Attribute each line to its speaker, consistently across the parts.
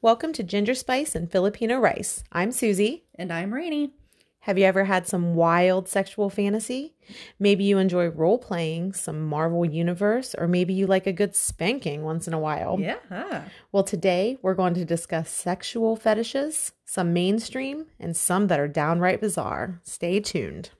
Speaker 1: Welcome to Ginger Spice and Filipino Rice. I'm Susie.
Speaker 2: And I'm Rainy.
Speaker 1: Have you ever had some wild sexual fantasy? Maybe you enjoy role playing some Marvel Universe, or maybe you like a good spanking once in a
Speaker 2: Oh.
Speaker 1: while.
Speaker 2: Yeah.
Speaker 1: Well, today we're going to discuss sexual fetishes, some mainstream, and some that are downright bizarre. Stay tuned.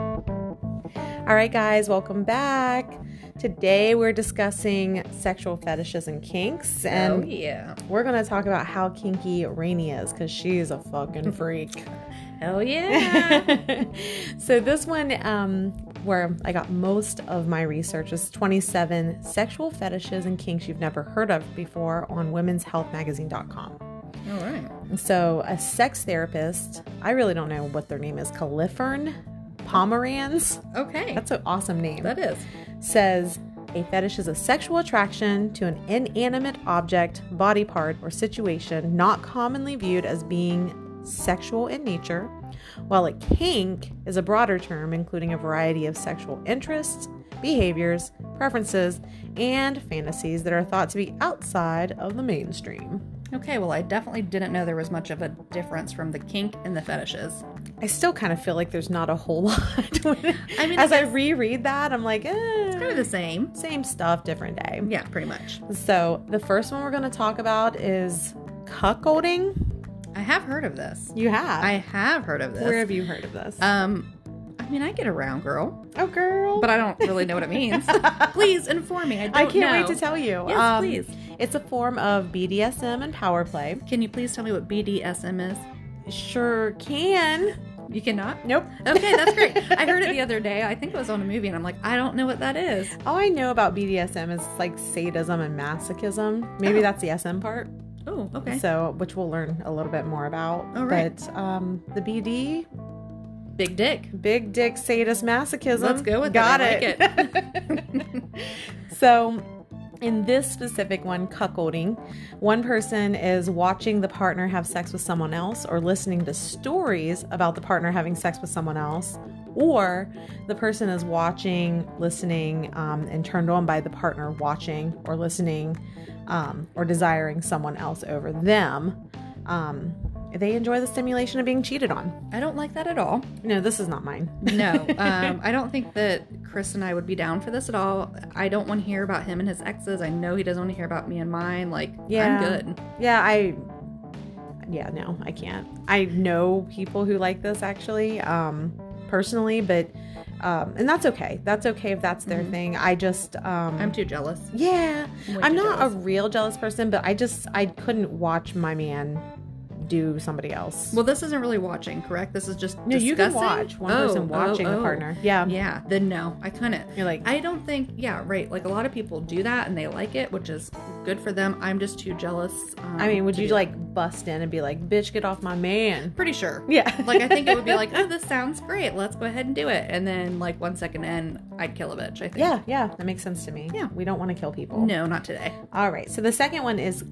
Speaker 1: All right, guys, welcome back. Today we're discussing sexual fetishes and kinks,
Speaker 2: oh
Speaker 1: and
Speaker 2: yeah.
Speaker 1: we're going to talk about how kinky Rainy is because she's a fucking freak.
Speaker 2: Oh yeah.
Speaker 1: so this one um, where i got most of my research is 27 sexual fetishes and kinks you've never heard of before on women's health magazine.com
Speaker 2: All right.
Speaker 1: so a sex therapist i really don't know what their name is californ pomeranz
Speaker 2: Okay.
Speaker 1: that's an awesome name
Speaker 2: that is.
Speaker 1: says a fetish is a sexual attraction to an inanimate object, body part, or situation not commonly viewed as being sexual in nature, while a kink is a broader term including a variety of sexual interests, behaviors, preferences, and fantasies that are thought to be outside of the mainstream.
Speaker 2: Okay, well I definitely didn't know there was much of a difference from the kink and the fetishes.
Speaker 1: I still kind of feel like there's not a whole lot. when-
Speaker 2: I mean, I
Speaker 1: as I,
Speaker 2: guess-
Speaker 1: reread that, I'm like, eh,
Speaker 2: They're the same.
Speaker 1: same stuff, different day.
Speaker 2: Yeah, pretty much.
Speaker 1: So, the first one we're going to talk about is cuckolding.
Speaker 2: I have heard of this.
Speaker 1: You have.
Speaker 2: I have heard of this.
Speaker 1: Where have you heard of this?
Speaker 2: um I mean I get around girl,
Speaker 1: oh, girl.
Speaker 2: but I don't really know what it means. please inform me. I don't
Speaker 1: I can't
Speaker 2: know.
Speaker 1: wait to tell you. Um,
Speaker 2: Yes, please.
Speaker 1: It's a form of BDSM and power play.
Speaker 2: Can you please tell me what BDSM is?
Speaker 1: Sure can.
Speaker 2: You cannot?
Speaker 1: Nope.
Speaker 2: Okay, that's great. I heard it the other day. I think it was on a movie, and I'm like, I don't know what that is.
Speaker 1: All I know about BDSM is like sadism and masochism. Maybe
Speaker 2: Oh.
Speaker 1: that's the SM part.
Speaker 2: Oh, okay.
Speaker 1: So, which we'll learn a little bit more about.
Speaker 2: All right.
Speaker 1: But um, the BD,
Speaker 2: Big dick.
Speaker 1: big dick sadist masochism.
Speaker 2: Let's go with it.
Speaker 1: Got
Speaker 2: I
Speaker 1: it.
Speaker 2: like
Speaker 1: So, in this specific one, cuckolding, one person is watching the partner have sex with someone else or listening to stories about the partner having sex with someone else, or the person is watching, listening, um, and turned on by the partner watching or listening um, or desiring someone else over them. Um, they enjoy the stimulation of being cheated on.
Speaker 2: I don't like that at all.
Speaker 1: No, this is not mine.
Speaker 2: No, um, I don't think that Chris and I would be down for this at all. I don't want to hear about him and his exes. I know he doesn't want to hear about me and mine. Like,
Speaker 1: Yeah.
Speaker 2: I'm good.
Speaker 1: Yeah, I. Yeah, no, I can't. I know people who like this actually, um, personally, but um, and that's okay. That's okay if that's their
Speaker 2: Mhm.
Speaker 1: thing. I just, um,
Speaker 2: I'm too jealous.
Speaker 1: yeah,
Speaker 2: I'm, way
Speaker 1: I'm
Speaker 2: too
Speaker 1: not
Speaker 2: jealous.
Speaker 1: a real jealous person, but I just I couldn't watch my man do somebody else.
Speaker 2: Well, this isn't really watching, correct? This is just
Speaker 1: no, you can
Speaker 2: discussing?
Speaker 1: watch one
Speaker 2: Oh, oh,
Speaker 1: person watching
Speaker 2: oh.
Speaker 1: the partner. Yeah,
Speaker 2: Yeah. Then no, I couldn't.
Speaker 1: you're like,
Speaker 2: I don't think, yeah, right. Like a lot of people do that and they like it, which is good for them. I'm just too jealous. Um,
Speaker 1: I mean, would
Speaker 2: to
Speaker 1: you
Speaker 2: do that.
Speaker 1: like bust in and be like, bitch, get off my man?
Speaker 2: Pretty sure.
Speaker 1: Yeah,
Speaker 2: Like I think it would be like, oh, this sounds great. Let's go ahead and do it. And then like one second in, I'd kill a bitch. I think.
Speaker 1: yeah, yeah, that makes sense to me.
Speaker 2: Yeah.
Speaker 1: we don't want to kill people.
Speaker 2: No, not today.
Speaker 1: All right, so the second one is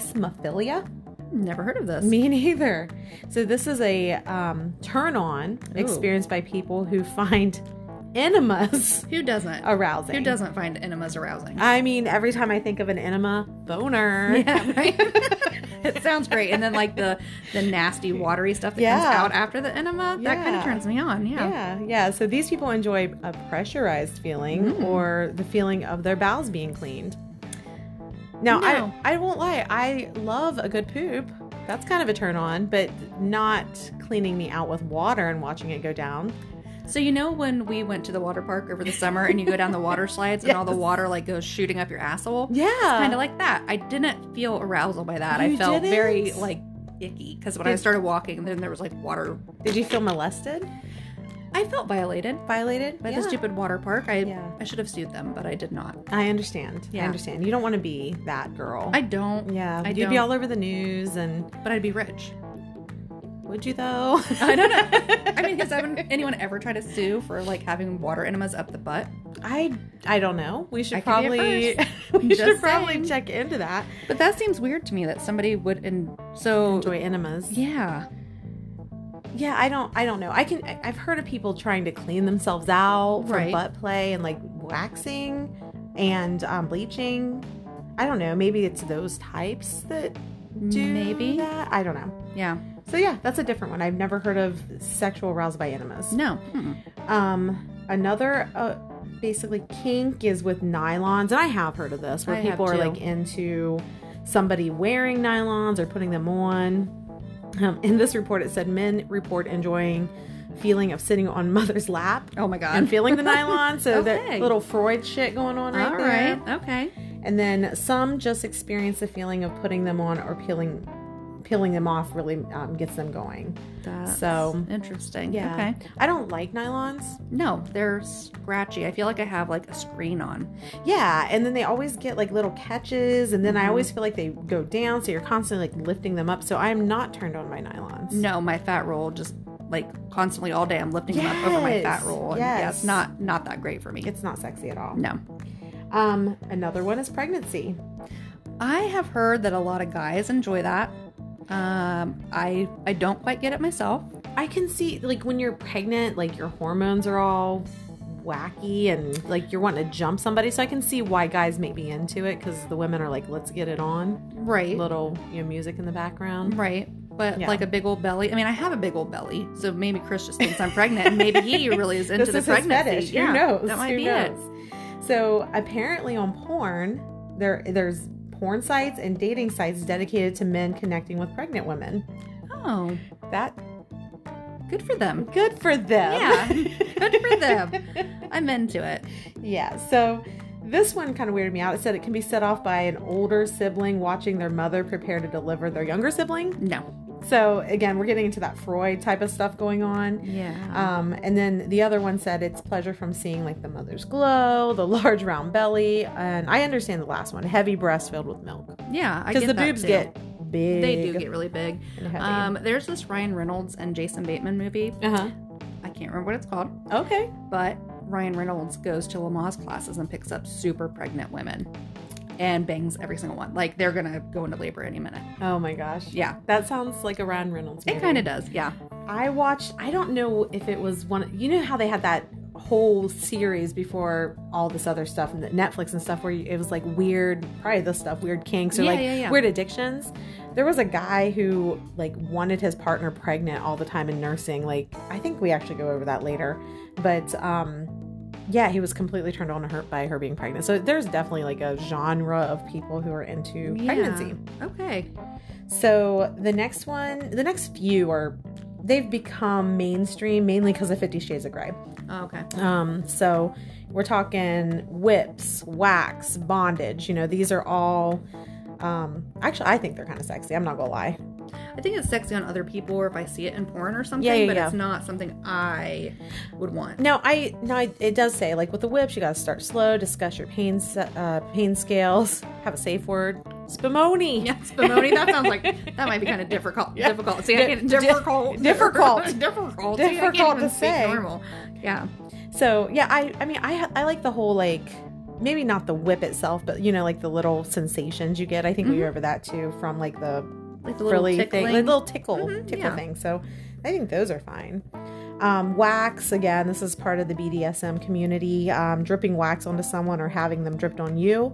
Speaker 1: clismophilia.
Speaker 2: Never heard of this.
Speaker 1: Me neither. So this is a um, turn on
Speaker 2: Ooh.
Speaker 1: experienced by people who find enemas
Speaker 2: Who doesn't?
Speaker 1: arousing.
Speaker 2: Who doesn't find enemas arousing?
Speaker 1: I mean, every time I think of an enema, boner.
Speaker 2: yeah, right. it sounds great. And then like the the nasty watery stuff that
Speaker 1: Yeah.
Speaker 2: comes out after the enema, that kind
Speaker 1: Yeah.
Speaker 2: of turns me on. Yeah.
Speaker 1: Yeah, yeah. So these people enjoy a pressurized feeling
Speaker 2: Mm.
Speaker 1: or the feeling of their bowels being cleaned. Now,
Speaker 2: No.
Speaker 1: I I won't lie. I love a good poop. That's kind of a turn on, but not cleaning me out with water and watching it go down.
Speaker 2: So you know when we went to the water park over the summer and you go down the water slides and all the
Speaker 1: Yes.
Speaker 2: water like goes shooting up your asshole?
Speaker 1: Yeah.
Speaker 2: kind of like that. I didn't feel arousal by that.
Speaker 1: Uh, You
Speaker 2: I felt
Speaker 1: didn't?
Speaker 2: very like icky because when I
Speaker 1: Did-
Speaker 2: started walking, then there was like water.
Speaker 1: Did you feel molested?
Speaker 2: I felt violated
Speaker 1: Violated
Speaker 2: by
Speaker 1: yeah.
Speaker 2: the stupid water park. I
Speaker 1: Yeah.
Speaker 2: I should have sued them, but I did not.
Speaker 1: I understand. I
Speaker 2: Yeah.
Speaker 1: understand. You don't want to be that girl.
Speaker 2: I don't.
Speaker 1: yeah,
Speaker 2: I
Speaker 1: you'd
Speaker 2: don't.
Speaker 1: be all over the news, and
Speaker 2: But I'd be rich.
Speaker 1: would you though?
Speaker 2: I don't know. I mean, has ever- anyone ever tried to sue for like having water enemas up the butt?
Speaker 1: I I don't know. We should
Speaker 2: I could be a
Speaker 1: probably we
Speaker 2: Just
Speaker 1: should probably
Speaker 2: saying.
Speaker 1: check into that.
Speaker 2: But that seems weird to me that somebody would and so
Speaker 1: Enjoy enemas.
Speaker 2: yeah.
Speaker 1: Yeah, I don't I don't know. I can I- I've heard of people trying to clean themselves out from
Speaker 2: Right.
Speaker 1: butt play and like waxing and um, bleaching. I don't know. Maybe it's those types that do
Speaker 2: Maybe.
Speaker 1: that. I don't know.
Speaker 2: Yeah.
Speaker 1: So yeah, that's a different one. I've never heard of sexual arousal by enemas.
Speaker 2: No. Mm-mm.
Speaker 1: Um, another uh, basically kink is with nylons, and I have heard of this where
Speaker 2: I have
Speaker 1: people are
Speaker 2: too.
Speaker 1: like into somebody wearing nylons or putting them on. Um, in this report, it said men report enjoying feeling of sitting on mother's lap
Speaker 2: Oh my god.
Speaker 1: and feeling the nylon. So
Speaker 2: Okay.
Speaker 1: that little Freud shit going on right
Speaker 2: All
Speaker 1: there.
Speaker 2: right. Okay.
Speaker 1: And then some just experience the feeling of putting them on or peeling peeling them off really um, gets them going.
Speaker 2: That's
Speaker 1: So,
Speaker 2: interesting.
Speaker 1: Yeah.
Speaker 2: Okay.
Speaker 1: I don't like nylons.
Speaker 2: No, they're scratchy. I feel like I have like a screen on.
Speaker 1: Yeah, and then they always get like little catches, and then I
Speaker 2: Mhm.
Speaker 1: always feel like they go down, so you're constantly like lifting them up. So I'm not turned on by nylons.
Speaker 2: No, my fat roll just like constantly all day I'm lifting them up over my fat
Speaker 1: Yes,
Speaker 2: roll. And Yeah, it's
Speaker 1: yes.
Speaker 2: not not that great for me.
Speaker 1: it's not sexy at all.
Speaker 2: no.
Speaker 1: Um, another one is pregnancy.
Speaker 2: I have heard that a lot of guys enjoy that. Um, I I don't quite get it myself.
Speaker 1: I can see like when you're pregnant, like your hormones are all wacky and like you're wanting to jump somebody. So I can see why guys may be into it because the women are like, let's get it on.
Speaker 2: Right.
Speaker 1: Little you know music in the background.
Speaker 2: Right. But
Speaker 1: Yeah.
Speaker 2: like a big old belly. I mean, I have a big old belly, so maybe Chris just thinks I'm pregnant, and maybe he really is into
Speaker 1: this
Speaker 2: the
Speaker 1: is his
Speaker 2: pregnancy.
Speaker 1: fetish.
Speaker 2: Yeah,
Speaker 1: Who knows?
Speaker 2: That might
Speaker 1: Who
Speaker 2: be
Speaker 1: knows?
Speaker 2: it.
Speaker 1: So apparently on porn, there there's porn sites and dating sites dedicated to men connecting with pregnant women.
Speaker 2: Oh,
Speaker 1: That
Speaker 2: good for them.
Speaker 1: good for them.
Speaker 2: Yeah, good for them. I'm into it.
Speaker 1: yeah. So this one kind of weirded me out. It said it can be set off by an older sibling watching their mother prepare to deliver their younger sibling.
Speaker 2: No.
Speaker 1: So again, we're getting into that Freud type of stuff going on.
Speaker 2: Yeah.
Speaker 1: Um, and then the other one said it's pleasure from seeing like the mother's glow, the large round belly, and I understand the last one, heavy breast filled with milk.
Speaker 2: Um, yeah. I
Speaker 1: Because
Speaker 2: get
Speaker 1: the
Speaker 2: that
Speaker 1: boobs
Speaker 2: too.
Speaker 1: get big.
Speaker 2: They do get really big.
Speaker 1: and heavy.
Speaker 2: Um, there's this Ryan Reynolds and Jason Bateman movie.
Speaker 1: uh
Speaker 2: I can't remember what it's called,
Speaker 1: huh. Okay.
Speaker 2: but Ryan Reynolds goes to Lamaze classes and picks up super pregnant women and bangs every single one. Like they're gonna go into labor any minute.
Speaker 1: Oh my gosh.
Speaker 2: Yeah.
Speaker 1: That sounds like a Ryan Reynolds.
Speaker 2: It kind of does, yeah.
Speaker 1: I watched. I don't know if it was one. You know how they had that whole series before all this other stuff and the Netflix and stuff, where you- it was like weird, probably this stuff, weird kinks or
Speaker 2: Yeah,
Speaker 1: like
Speaker 2: yeah, yeah.
Speaker 1: weird addictions. There was a guy who like wanted his partner pregnant all the time in nursing. Like I think we actually go over that later, but um, yeah, he was completely turned on to her by her being pregnant. So there's definitely like a genre of people who are into
Speaker 2: Yeah.
Speaker 1: pregnancy.
Speaker 2: Okay.
Speaker 1: So the next one, the next few are they've become mainstream mainly because of 50 shades of gray.
Speaker 2: Oh, okay.
Speaker 1: Um so we're talking whips, wax, bondage, you know, these are all um actually I think they're kind of sexy. I'm not going to lie.
Speaker 2: I think it's sexy on other people or if I see it in porn or something,
Speaker 1: Yeah, yeah,
Speaker 2: but
Speaker 1: yeah.
Speaker 2: it's not something I would want.
Speaker 1: No, I no I, it does say like with the whips you got to start slow, discuss your pain s- uh, pain scales, have a safe word. Spumoni.
Speaker 2: Yeah, Spumoni, that sounds like that might be kind of difficult.
Speaker 1: Yeah.
Speaker 2: Difficult. See, I
Speaker 1: Di-
Speaker 2: can
Speaker 1: di-
Speaker 2: difficult.
Speaker 1: difficult.
Speaker 2: difficult. See, I can't
Speaker 1: Difficult
Speaker 2: even
Speaker 1: to
Speaker 2: speak
Speaker 1: say.
Speaker 2: Normal. Yeah.
Speaker 1: So yeah, I I mean I I like the whole like maybe not the whip itself, but you know like the little sensations you get. I think we were over that too from like the
Speaker 2: Like Mm-hmm. the little
Speaker 1: frilly thing,
Speaker 2: tickling.
Speaker 1: like little tickle
Speaker 2: Mhm,
Speaker 1: tickle
Speaker 2: yeah.
Speaker 1: thing. So I think those are fine. Um, wax again. This is part of the BDSM community. Um, dripping wax onto someone or having them dripped on you.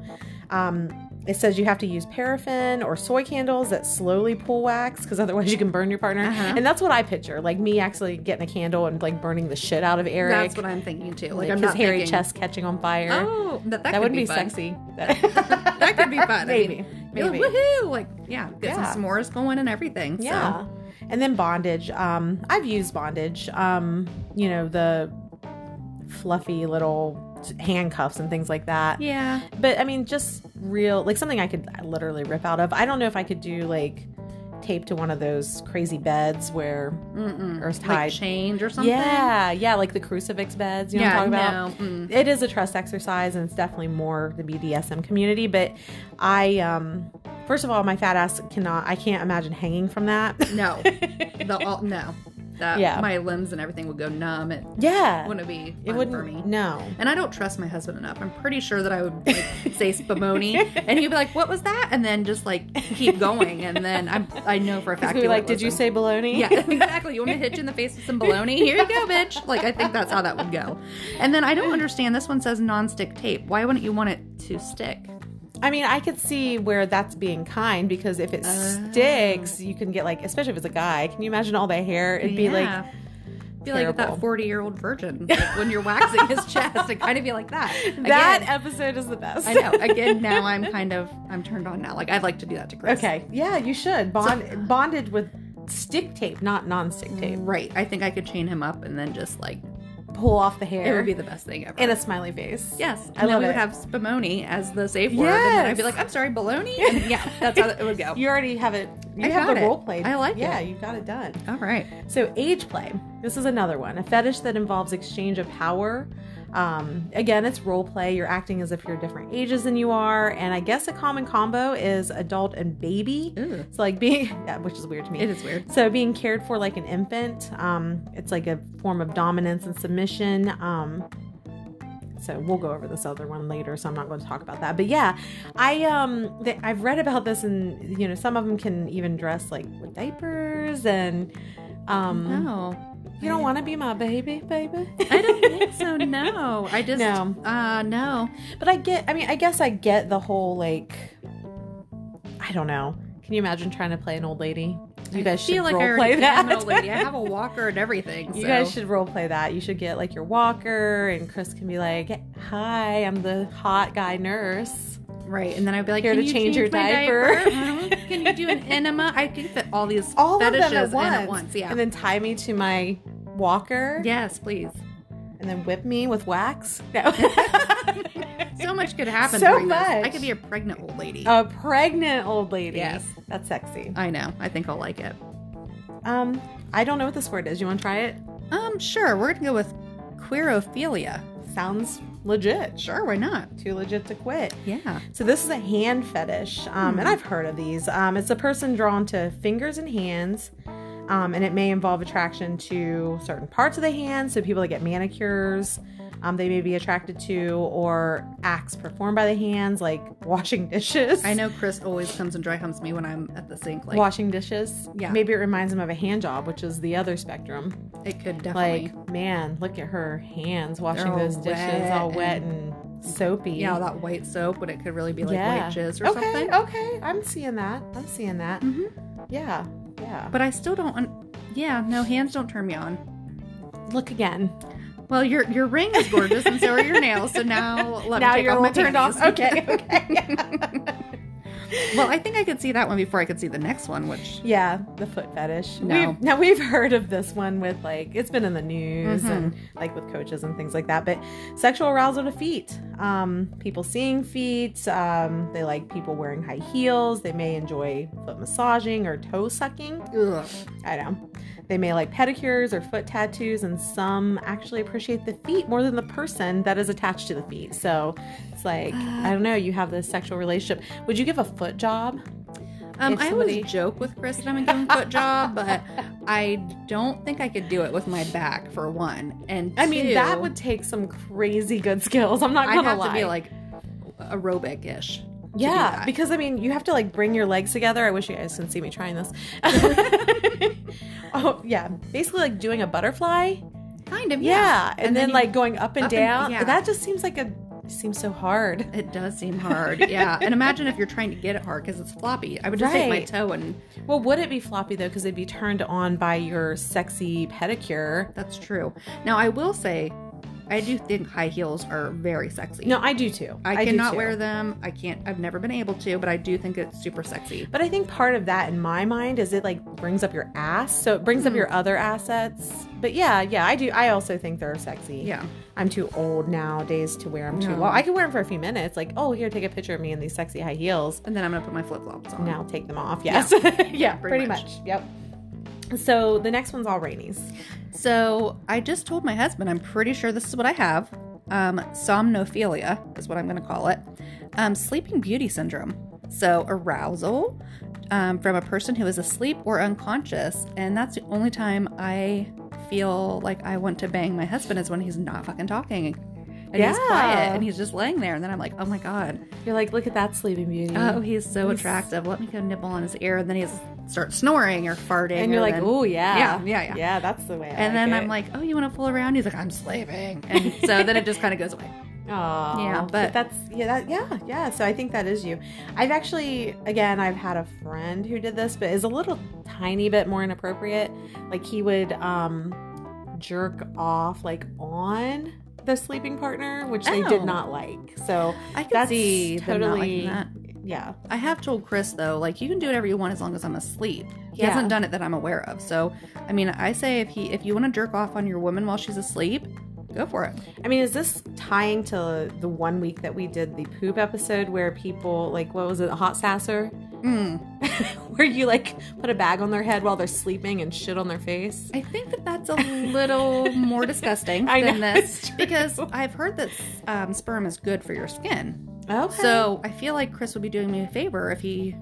Speaker 1: Um, it says you have to use paraffin or soy candles that slowly pull wax because otherwise you can burn your partner.
Speaker 2: Uh-huh.
Speaker 1: And that's what I picture, like me actually getting a candle and like burning the shit out of Eric
Speaker 2: That's what I'm thinking too. Like,
Speaker 1: like,
Speaker 2: I'm
Speaker 1: his
Speaker 2: not
Speaker 1: hairy
Speaker 2: thinking,
Speaker 1: chest catching on fire.
Speaker 2: Oh, that, that,
Speaker 1: that
Speaker 2: could
Speaker 1: would
Speaker 2: be,
Speaker 1: be,
Speaker 2: fun.
Speaker 1: sexy.
Speaker 2: that could be fun. I
Speaker 1: Maybe.
Speaker 2: mean, be like,
Speaker 1: Maybe.
Speaker 2: woohoo! Like, yeah, get
Speaker 1: Yeah.
Speaker 2: some s'mores going and everything. so.
Speaker 1: Yeah. And then bondage. Um, I've used bondage. Um, you know the fluffy little handcuffs and things like that.
Speaker 2: Yeah.
Speaker 1: But I mean, just real like something I could literally rip out of. I don't know if I could do like taped to one of those crazy beds where
Speaker 2: Mm-mm.
Speaker 1: or
Speaker 2: Mm, Like
Speaker 1: tied.
Speaker 2: change or something.
Speaker 1: Yeah, yeah, like the crucifix beds. You know
Speaker 2: yeah.
Speaker 1: what I'm talking about?
Speaker 2: no, mm.
Speaker 1: It is a trust exercise, and it's definitely more the BDSM community. But I, um, first of all, my fat ass cannot. I can't imagine hanging from that.
Speaker 2: No. the all, no. That,
Speaker 1: Yeah.
Speaker 2: My limbs and everything would go numb. It
Speaker 1: yeah,
Speaker 2: wouldn't be.
Speaker 1: it
Speaker 2: fun
Speaker 1: wouldn't.
Speaker 2: for me.
Speaker 1: No,
Speaker 2: And I don't trust my husband enough. I'm pretty sure that I would like, say spumoni, and he'd be like, "What was that?" And then just like keep going, and then I'm, I know for a
Speaker 1: Because
Speaker 2: fact.
Speaker 1: we
Speaker 2: he
Speaker 1: were like,
Speaker 2: wouldn't
Speaker 1: did you
Speaker 2: listen."
Speaker 1: say baloney?
Speaker 2: Yeah, exactly. You want me to hit you in the face with some baloney? Here you go, bitch. Like, I think that's how that would go. And then I don't understand. This one says non-stick tape. Why wouldn't you want it to stick?
Speaker 1: I mean, I could see where that's being kind because if it
Speaker 2: Oh.
Speaker 1: sticks, you can get like, especially if it's a guy. Can you imagine all that hair? It'd be like,
Speaker 2: Yeah. be like
Speaker 1: terrible.
Speaker 2: that 40 year old virgin like, when you're waxing his chest. It kind of be like that. Again,
Speaker 1: that episode is the best.
Speaker 2: I know. Again, now I'm kind of I'm turned on now. Like I'd like to do that to Chris.
Speaker 1: okay. Yeah, you should bond bonded with stick tape, not non-stick tape.
Speaker 2: Right. I think I could chain him up and then just like
Speaker 1: Pull off the hair.
Speaker 2: Mm. it would be the best thing ever.
Speaker 1: and a smiley face.
Speaker 2: yes. And
Speaker 1: I
Speaker 2: then
Speaker 1: love
Speaker 2: we would
Speaker 1: it.
Speaker 2: have spumoni as the safe word. And then I'd be
Speaker 1: Yes.
Speaker 2: like, I'm sorry, baloney. And yeah, that's how it would go.
Speaker 1: You already have it. You
Speaker 2: Oh. I
Speaker 1: have
Speaker 2: got
Speaker 1: the
Speaker 2: it.
Speaker 1: role played.
Speaker 2: I like
Speaker 1: Yeah,
Speaker 2: it.
Speaker 1: you got it done.
Speaker 2: All right.
Speaker 1: So, age play. This is another one, a fetish that involves exchange of power. Um, again, it's role play. You're acting as if you're different ages than you are. And I guess a common combo is adult and baby.
Speaker 2: Ooh.
Speaker 1: It's like being, yeah, which is weird to me.
Speaker 2: It is weird.
Speaker 1: So, being cared for like an infant, um, it's like a form of dominance and submission. Um, so we'll go over this other one later, so I'm not going to talk about that. But yeah, I um, th- I've read about this, and you know, some of them can even dress like with diapers, and um,
Speaker 2: No.
Speaker 1: you don't want to be my baby, baby.
Speaker 2: Oh, I don't think so. No. I just
Speaker 1: No.
Speaker 2: uh no.
Speaker 1: But I get. I mean, I guess I get the whole like. I don't know. Can you imagine trying to play an old lady? You guys
Speaker 2: I
Speaker 1: should
Speaker 2: feel like I
Speaker 1: role
Speaker 2: already
Speaker 1: play that.
Speaker 2: am an old lady. I have a walker and everything.
Speaker 1: You
Speaker 2: so-
Speaker 1: guys should role play that. You should get like your walker, and Chris can be like, "Hi, I'm the hot guy nurse."
Speaker 2: Right, and then I'd be like,
Speaker 1: Here
Speaker 2: "Can
Speaker 1: to
Speaker 2: you
Speaker 1: change your
Speaker 2: my
Speaker 1: diaper."
Speaker 2: Mhm. Can you do an enema? I can fit all these
Speaker 1: All of
Speaker 2: fetishes
Speaker 1: them at once,
Speaker 2: in at once. Yeah.
Speaker 1: and then tie me to my walker,
Speaker 2: yes, please.
Speaker 1: and then whip me with wax. No,
Speaker 2: So much could happen.
Speaker 1: So
Speaker 2: during this. I
Speaker 1: much. Oh.
Speaker 2: could be a pregnant old lady.
Speaker 1: a pregnant old lady.
Speaker 2: Yes.
Speaker 1: that's sexy.
Speaker 2: I know. I think I'll like it.
Speaker 1: Um, I don't know what this word is. You want to try it?
Speaker 2: Um, sure. We're gonna go with queerophilia.
Speaker 1: Sounds legit.
Speaker 2: Sure, why not?
Speaker 1: Too legit to quit.
Speaker 2: Yeah.
Speaker 1: So this is a hand fetish, um,
Speaker 2: Hmm.
Speaker 1: and I've heard of these. Um, it's a person drawn to fingers and hands, um, and it may involve attraction to certain parts of the hand. So people that get manicures, um, they may be attracted to, or acts performed by the hands, like washing dishes.
Speaker 2: I know Chris always comes and dry humps me when I'm at the sink. Like
Speaker 1: washing dishes.
Speaker 2: Yeah.
Speaker 1: Maybe it reminds him of a hand job, which is the other spectrum.
Speaker 2: it could definitely.
Speaker 1: Like, man, look at her hands washing
Speaker 2: all
Speaker 1: those dishes,
Speaker 2: wet
Speaker 1: all wet and, soapy.
Speaker 2: yeah, that white soap, but it could really be like white jizz or
Speaker 1: okay, oh, mm-hmm.
Speaker 2: something.
Speaker 1: Okay, I'm seeing that. I'm seeing that.
Speaker 2: Mhm.
Speaker 1: Yeah, yeah.
Speaker 2: But I still don't. Un- yeah, no hands don't turn me on.
Speaker 1: But look again.
Speaker 2: Well, your your ring is gorgeous, and so are your nails. So now let
Speaker 1: now
Speaker 2: me take
Speaker 1: you're
Speaker 2: off my
Speaker 1: all turned off.
Speaker 2: panties.
Speaker 1: Okay, okay.
Speaker 2: well, I think I could see that one before I could see the next one, which
Speaker 1: yeah, the foot fetish.
Speaker 2: No.
Speaker 1: We've, now we've heard of this one with like it's been in the news
Speaker 2: Mhm.
Speaker 1: and like with coaches and things like that. But sexual arousal to feet. Um, people seeing feet. Um, they like people wearing high heels. They may enjoy foot massaging or toe sucking.
Speaker 2: ugh,
Speaker 1: I know. They may like pedicures or foot tattoos, and some actually appreciate the feet more than the person that is attached to the feet. So it's like, I don't know, you have this sexual relationship. Would you give a foot job?
Speaker 2: um,
Speaker 1: If
Speaker 2: I
Speaker 1: somebody-
Speaker 2: always joke with Chris that I'm a given foot job, but I don't think I could do it with my back for one, and
Speaker 1: I mean,
Speaker 2: two,
Speaker 1: that would take some crazy good skills. I'm not
Speaker 2: I'd
Speaker 1: gonna
Speaker 2: have
Speaker 1: lie.
Speaker 2: to be like aerobic ish.
Speaker 1: yeah,
Speaker 2: that.
Speaker 1: because I mean, you have to like bring your legs together. I wish you guys can see me trying this. oh yeah, basically like doing a butterfly.
Speaker 2: Kind of,
Speaker 1: Yeah, and, then,
Speaker 2: you-
Speaker 1: like going up and
Speaker 2: up and-
Speaker 1: down.
Speaker 2: yeah.
Speaker 1: That just seems like a seems so hard.
Speaker 2: It does seem hard, yeah. And imagine if you're trying to get it hard because it's floppy. I would just take my
Speaker 1: Right.
Speaker 2: toe, and
Speaker 1: Well, would it be floppy though? Because they'd be turned on by your sexy pedicure.
Speaker 2: that's true. Now I will say, I do think high heels are very sexy.
Speaker 1: No, I do too.
Speaker 2: I,
Speaker 1: do
Speaker 2: cannot
Speaker 1: too.
Speaker 2: wear them. I can't. I've never been able to, but I do think it's super sexy.
Speaker 1: But I think part of that in my mind is it like brings up your ass. So it brings up
Speaker 2: Mm-hmm.
Speaker 1: your other assets. But yeah, yeah, I do. I also think they're sexy.
Speaker 2: Yeah.
Speaker 1: I'm too old nowadays to wear them too
Speaker 2: No.
Speaker 1: long. I can wear them for a few minutes. Like, oh, here, take a picture of me in these sexy high heels.
Speaker 2: And then I'm gonna put my flip flops on.
Speaker 1: Now take them off. Yes. Yeah, pretty,
Speaker 2: pretty
Speaker 1: much.
Speaker 2: much.
Speaker 1: Yep. So the next one's all Rainey's.
Speaker 2: So I just told my husband, I'm pretty sure this is what I have. Um, somnophilia is what I'm going to call it. Um, sleeping beauty syndrome. So arousal um, from a person who is asleep or unconscious. And that's the only time I feel like I want to bang my husband is when he's not fucking talking. And he's
Speaker 1: Yeah.
Speaker 2: quiet and he's just laying there. And then I'm like, oh my God.
Speaker 1: You're like, look at that Sleeping Beauty.
Speaker 2: Oh, he's so attractive. Let me go nibble on his ear. And then he starts snoring or farting.
Speaker 1: and you're
Speaker 2: or
Speaker 1: like,
Speaker 2: then-
Speaker 1: oh yeah.
Speaker 2: Yeah, yeah, yeah.
Speaker 1: Yeah, that's the way. I
Speaker 2: and
Speaker 1: like
Speaker 2: then
Speaker 1: it.
Speaker 2: I'm like, oh, you want to fool around? He's like, I'm slaving. And so then it just kind of goes away.
Speaker 1: Oh,
Speaker 2: Yeah, but-
Speaker 1: that's yeah, that, yeah, yeah. So I think that is you. I've actually, again, I've had a friend who did this, but is a little tiny bit more inappropriate. Like he would um jerk off like on the sleeping partner, which they did
Speaker 2: Oh.
Speaker 1: not like. So
Speaker 2: I can
Speaker 1: That's
Speaker 2: see them not
Speaker 1: totally-
Speaker 2: liking that.
Speaker 1: yeah,
Speaker 2: I have told Chris though, like you can do whatever you want as long as I'm asleep. He
Speaker 1: Yeah.
Speaker 2: hasn't done it that I'm aware of. So I mean, I say if he if you want to jerk off on your woman while she's asleep, go for it.
Speaker 1: I mean, is this tying to the one week that we did the poop episode where people like what was it, hot sasser,
Speaker 2: Mm.
Speaker 1: where you like put a bag on their head while they're sleeping and shit on their face?
Speaker 2: I think that that's a little more disgusting
Speaker 1: I
Speaker 2: than
Speaker 1: know,
Speaker 2: this
Speaker 1: it's true.
Speaker 2: because I've heard that um, sperm is good for your skin.
Speaker 1: Okay,
Speaker 2: So I feel like Chris would be doing me a favor if he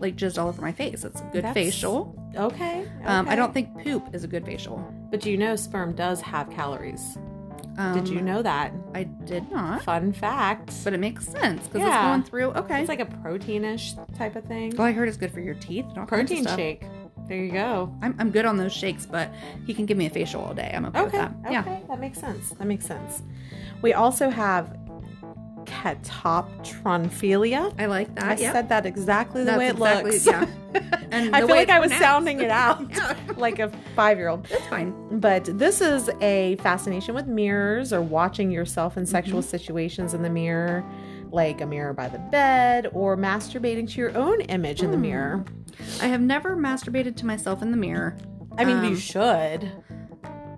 Speaker 2: like jizzed all over my face. It's a good
Speaker 1: That's-
Speaker 2: facial.
Speaker 1: okay,
Speaker 2: Um, I
Speaker 1: okay.
Speaker 2: don't think poop is a good facial.
Speaker 1: But do you know sperm does have calories?
Speaker 2: Um,
Speaker 1: Did you know that?
Speaker 2: I did not,
Speaker 1: Fun fact.
Speaker 2: but it makes sense because
Speaker 1: Yeah.
Speaker 2: it's going through. Okay.
Speaker 1: it's like a proteinish type of thing.
Speaker 2: well, I heard it's good for your teeth. And all kinds of
Speaker 1: Protein
Speaker 2: stuff.
Speaker 1: shake. There you go.
Speaker 2: I'm, I'm good on those shakes, but he can give me a facial all day. I'm okay, with
Speaker 1: Okay.
Speaker 2: that.
Speaker 1: Okay.
Speaker 2: Yeah.
Speaker 1: That makes sense. That makes sense. We also have catoptronphilia.
Speaker 2: I like
Speaker 1: I
Speaker 2: that. Yeah.
Speaker 1: said that exactly the
Speaker 2: Uh, That's
Speaker 1: way it
Speaker 2: exactly,
Speaker 1: looks.
Speaker 2: Yeah. And
Speaker 1: I
Speaker 2: the
Speaker 1: feel
Speaker 2: way
Speaker 1: like
Speaker 2: it's
Speaker 1: I was
Speaker 2: pronounced.
Speaker 1: sounding it out
Speaker 2: Yeah.
Speaker 1: like a five year old.
Speaker 2: It's fine.
Speaker 1: But this is a fascination with mirrors or watching yourself in sexual
Speaker 2: Mm-hmm.
Speaker 1: situations in the mirror, like a mirror by the bed, or masturbating to your own image in the
Speaker 2: Hmm.
Speaker 1: mirror.
Speaker 2: I have never masturbated to myself in the mirror.
Speaker 1: I mean, you
Speaker 2: Um,
Speaker 1: should.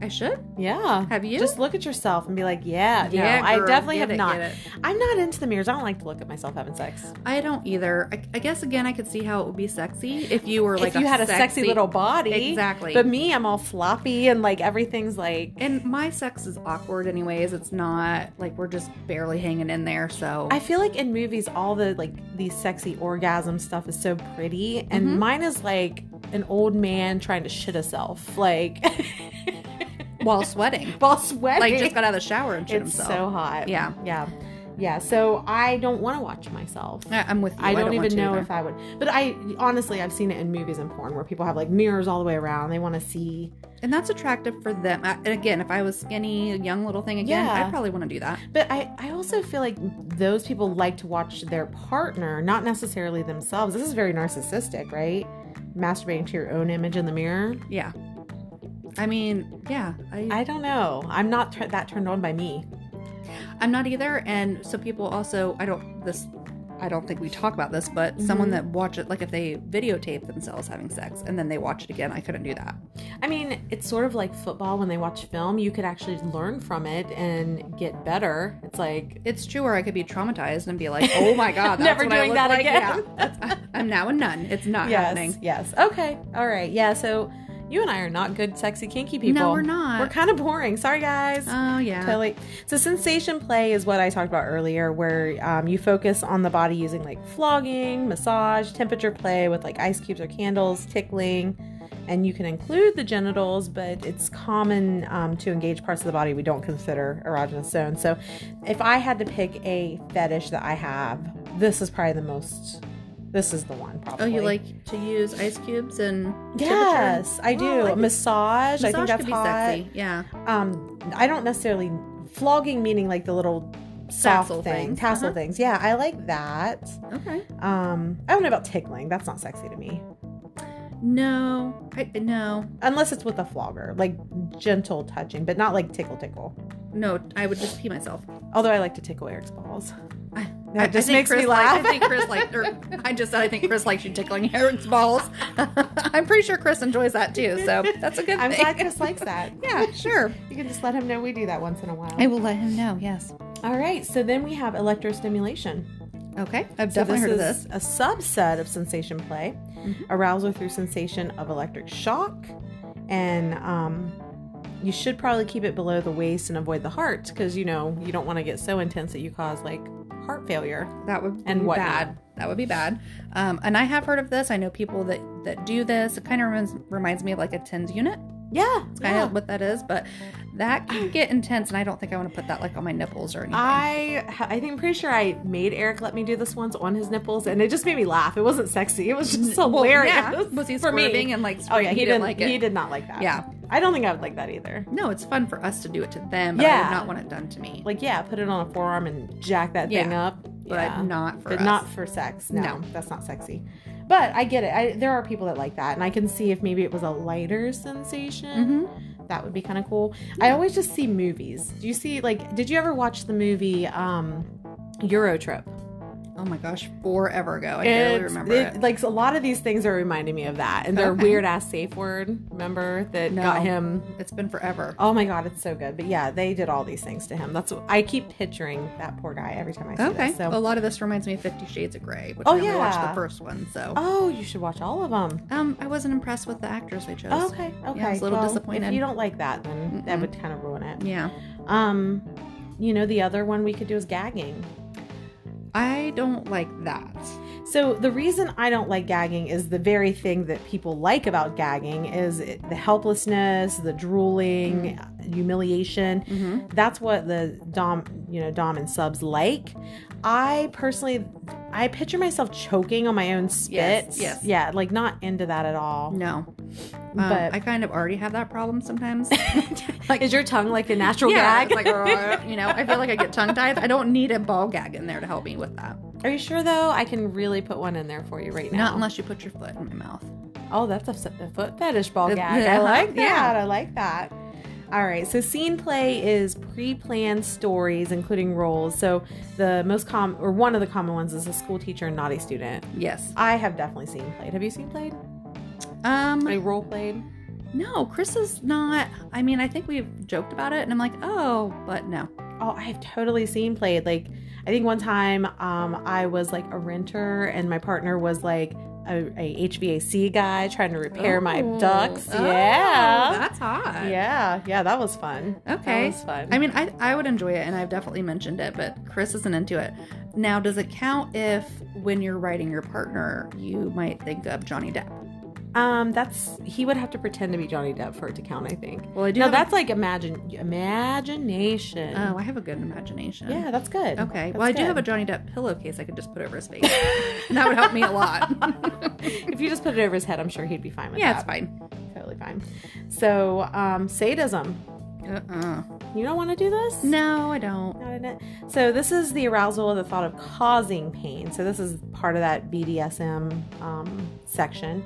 Speaker 2: I should.
Speaker 1: Yeah.
Speaker 2: Have you?
Speaker 1: Just look at yourself and be like, yeah,
Speaker 2: Yeah,
Speaker 1: no, I
Speaker 2: girl,
Speaker 1: definitely
Speaker 2: get
Speaker 1: have
Speaker 2: it,
Speaker 1: not.
Speaker 2: get it.
Speaker 1: I'm not into the mirrors. I don't like to look at myself having sex.
Speaker 2: I don't either. I, I guess again, I could see how it would be sexy if you were like
Speaker 1: if you had a sexy, little body.
Speaker 2: Exactly.
Speaker 1: But me, I'm all floppy and like everything's like.
Speaker 2: And my sex is awkward, anyways. It's not like we're just barely hanging in there. So
Speaker 1: I feel like in movies, all the like the sexy orgasm stuff is so pretty, and
Speaker 2: Mhm.
Speaker 1: mine is like an old man trying to shit himself, like
Speaker 2: while sweating,
Speaker 1: while sweating.
Speaker 2: like just got out of the shower and shit
Speaker 1: it's
Speaker 2: himself.
Speaker 1: so hot.
Speaker 2: Yeah.
Speaker 1: yeah, yeah. So I don't want to watch myself.
Speaker 2: I- I'm with you.
Speaker 1: I don't,
Speaker 2: want
Speaker 1: even
Speaker 2: to
Speaker 1: know
Speaker 2: either.
Speaker 1: if I would, but I honestly I've seen it in movies and porn where people have like mirrors all the way around. They want to see,
Speaker 2: and that's attractive for them. I, and again, if I was skinny, a young little thing again,
Speaker 1: Yeah.
Speaker 2: I probably want to do that.
Speaker 1: but I I also feel like those people like to watch their partner, not necessarily themselves. This is very narcissistic, right? Masturbating to your own image in the mirror.
Speaker 2: Yeah. I mean, yeah, I,
Speaker 1: I don't know. I'm not tur that turned on by me.
Speaker 2: I am not either. And so people also, I don't this. I don't think we talk about this, but someone
Speaker 1: Mhm.
Speaker 2: that watch it, like if they videotape themselves having sex and then they watch it again, I couldn't do that.
Speaker 1: I mean, it's sort of like football when they watch film. You could actually learn from it and get better. It's like,
Speaker 2: It's true, or I could be traumatized and be like, "Oh my god, that's
Speaker 1: Never
Speaker 2: what I
Speaker 1: doing
Speaker 2: look
Speaker 1: that
Speaker 2: like."
Speaker 1: again.
Speaker 2: Yeah, That's- I'm now a nun. It's not
Speaker 1: yes,
Speaker 2: happening.
Speaker 1: yes, okay, all right, yeah. So you and I are not good, sexy, kinky people.
Speaker 2: No, we're not.
Speaker 1: We're kind of boring. Sorry, guys.
Speaker 2: oh yeah,
Speaker 1: Totally. So, sensation play is what I talked about earlier, where um, you focus on the body using like flogging, massage, temperature play with like ice cubes or candles, tickling, and you can include the genitals, but it's common um, to engage parts of the body we don't consider erogenous zones. So, if I had to pick a fetish that I have, this is probably the most. This is the one,
Speaker 2: Oh,
Speaker 1: probably.
Speaker 2: you like to use ice cubes and temperature?
Speaker 1: Yes, I do.
Speaker 2: Oh, I like it.
Speaker 1: massage, I think
Speaker 2: Massage
Speaker 1: that's
Speaker 2: could be
Speaker 1: hot
Speaker 2: sexy. Yeah,
Speaker 1: um i don't necessarily flogging meaning like the little soft
Speaker 2: Tassel
Speaker 1: thing
Speaker 2: things.
Speaker 1: tassel
Speaker 2: Uh-huh.
Speaker 1: things yeah i like that
Speaker 2: okay.
Speaker 1: um i don't know about tickling that's not sexy to me
Speaker 2: No, I, no,
Speaker 1: unless it's with a flogger like gentle touching but not like tickle tickle
Speaker 2: No, I would just pee myself.
Speaker 1: Although I like to tickle Eric's balls.
Speaker 2: I-
Speaker 1: That just
Speaker 2: think
Speaker 1: makes
Speaker 2: Chris
Speaker 1: me
Speaker 2: like-
Speaker 1: laugh.
Speaker 2: I think Chris like. Or I just said I think Chris likes you tickling Eric's balls. I'm pretty sure Chris enjoys that too. So that's a good
Speaker 1: I'm
Speaker 2: thing.
Speaker 1: glad Chris likes that.
Speaker 2: yeah, sure.
Speaker 1: You can just let him know we do that once in a while.
Speaker 2: I will let him know. Yes.
Speaker 1: All right, so then we have electrostimulation.
Speaker 2: Okay. I've
Speaker 1: So
Speaker 2: definitely heard of
Speaker 1: is
Speaker 2: this.
Speaker 1: a subset of sensation play,
Speaker 2: Mhm.
Speaker 1: arousal through sensation of electric shock, and um, you should probably keep it below the waist and avoid the heart because you know you don't want to get so intense that you cause like heart failure.
Speaker 2: That would be
Speaker 1: And whatnot.
Speaker 2: bad. That would be bad. Um, and I have heard of this. I know people that that do this. It kind of reminds, reminds me of like a tens unit.
Speaker 1: Yeah,
Speaker 2: It's kind
Speaker 1: yeah.
Speaker 2: of what that is, but that can get intense, and I don't think I want to put that like on my nipples or anything.
Speaker 1: I ha- I think I'm pretty sure I made Eric let me do this once on his nipples, and it just made me laugh. It wasn't sexy. It was just hilarious.
Speaker 2: Yeah. Was he
Speaker 1: for me.
Speaker 2: squirming and like?
Speaker 1: Oh yeah, he,
Speaker 2: didn't
Speaker 1: didn't
Speaker 2: like it.
Speaker 1: He did not like that.
Speaker 2: Yeah.
Speaker 1: I don't think I would like that either.
Speaker 2: No, it's fun for us to do it to them, but I
Speaker 1: Yeah.
Speaker 2: would not want it done to me.
Speaker 1: Like yeah, put it on a forearm and jack that thing
Speaker 2: Yeah.
Speaker 1: up.
Speaker 2: but
Speaker 1: yeah.
Speaker 2: not for
Speaker 1: but
Speaker 2: us.
Speaker 1: not for sex. No,
Speaker 2: No.
Speaker 1: that's not sexy. But I get it. I, there are people that like that, and I can see if maybe it was a lighter sensation,
Speaker 2: Mhm.
Speaker 1: that would be kind of cool. I always just see movies. Do you see like? Did you ever watch the movie um, Eurotrip?
Speaker 2: Oh my gosh, forever ago. I barely
Speaker 1: It's-
Speaker 2: remember
Speaker 1: it-
Speaker 2: it.
Speaker 1: Like a lot of these things are reminding me of that, and they're
Speaker 2: Okay.
Speaker 1: weird ass safe word. Remember that
Speaker 2: No.
Speaker 1: got him.
Speaker 2: It's been forever.
Speaker 1: Oh my god, it's so good. But yeah, they did all these things to him. That's what I keep picturing that poor guy every time I see
Speaker 2: Okay.
Speaker 1: this. So.
Speaker 2: A lot of this reminds me of Fifty Shades of Grey, which
Speaker 1: Oh,
Speaker 2: I only watched
Speaker 1: yeah.
Speaker 2: the first one. So,
Speaker 1: Oh, you should watch all of them.
Speaker 2: um, I wasn't impressed with the actors they chose.
Speaker 1: Okay, okay.
Speaker 2: Yeah, I was a little
Speaker 1: Well, If
Speaker 2: disappointed.
Speaker 1: you don't like that, then that
Speaker 2: Mm-mm.
Speaker 1: would kind of ruin it.
Speaker 2: Yeah,
Speaker 1: Um, you know, the other one we could do is gagging.
Speaker 2: I don't like that.
Speaker 1: So the reason I don't like gagging is the very thing that people like about gagging is it- the helplessness, the drooling,
Speaker 2: Mm.
Speaker 1: humiliation.
Speaker 2: Mm-hmm.
Speaker 1: That's what the dom, you know, dom and subs like. I personally, I picture myself choking on my own spit.
Speaker 2: Yes, yes.
Speaker 1: Yeah, like not into that at all.
Speaker 2: No, um,
Speaker 1: But-
Speaker 2: I kind of already have that problem sometimes.
Speaker 1: Like, is your tongue like a natural
Speaker 2: yeah,
Speaker 1: gag?
Speaker 2: it's like "Argh," you know, I feel like I get tongue tied. I don't need a ball gag in there to help me with that.
Speaker 1: Are you sure though? I can really put one in there for you right now.
Speaker 2: Not unless you put your foot in my mouth.
Speaker 1: oh, that's a, f- a foot fetish ball
Speaker 2: It-
Speaker 1: gag. I
Speaker 2: yeah,
Speaker 1: like that.
Speaker 2: yeah.
Speaker 1: I like that. All right. So scene play is pre-planned stories, including roles. So the most common, or one of the common ones, is a school teacher and naughty student.
Speaker 2: Yes.
Speaker 1: I have definitely seen played. Have you seen played?
Speaker 2: Um.
Speaker 1: Like role played?
Speaker 2: No, Chris is not. I mean, I think we've joked about it, and I'm like, oh, but no.
Speaker 1: Oh, I have totally seen played. Like, I think one time um, I was like a renter, and my partner was like a, a HVAC guy trying to repair my
Speaker 2: Oh.
Speaker 1: ducts.
Speaker 2: Oh,
Speaker 1: yeah.
Speaker 2: that's hot.
Speaker 1: Yeah, yeah, that was fun.
Speaker 2: Okay.
Speaker 1: That was fun.
Speaker 2: I mean, I I would enjoy it, and I've definitely mentioned it, but Chris isn't into it. Now, does it count if when you're writing your partner, you might think of Johnny Depp?
Speaker 1: um, that's he would have to pretend to be Johnny Depp for it to count. I think.
Speaker 2: Well, I do.
Speaker 1: No,
Speaker 2: have a-
Speaker 1: that's like imagine imagination.
Speaker 2: oh, I have a good imagination.
Speaker 1: yeah, that's good.
Speaker 2: Okay.
Speaker 1: That's
Speaker 2: well, I do
Speaker 1: good.
Speaker 2: have a Johnny Depp pillowcase I could just put over his face, and that would help me a lot.
Speaker 1: if you just put it over his head, I'm sure he'd be fine with
Speaker 2: yeah, it's
Speaker 1: that.
Speaker 2: fine.
Speaker 1: Totally fine. So, um, sadism.
Speaker 2: Uh-uh.
Speaker 1: You don't want to do this?
Speaker 2: No, I don't.
Speaker 1: Not in it. So this is the arousal of the thought of causing pain. So this is part of that BDSM um, section.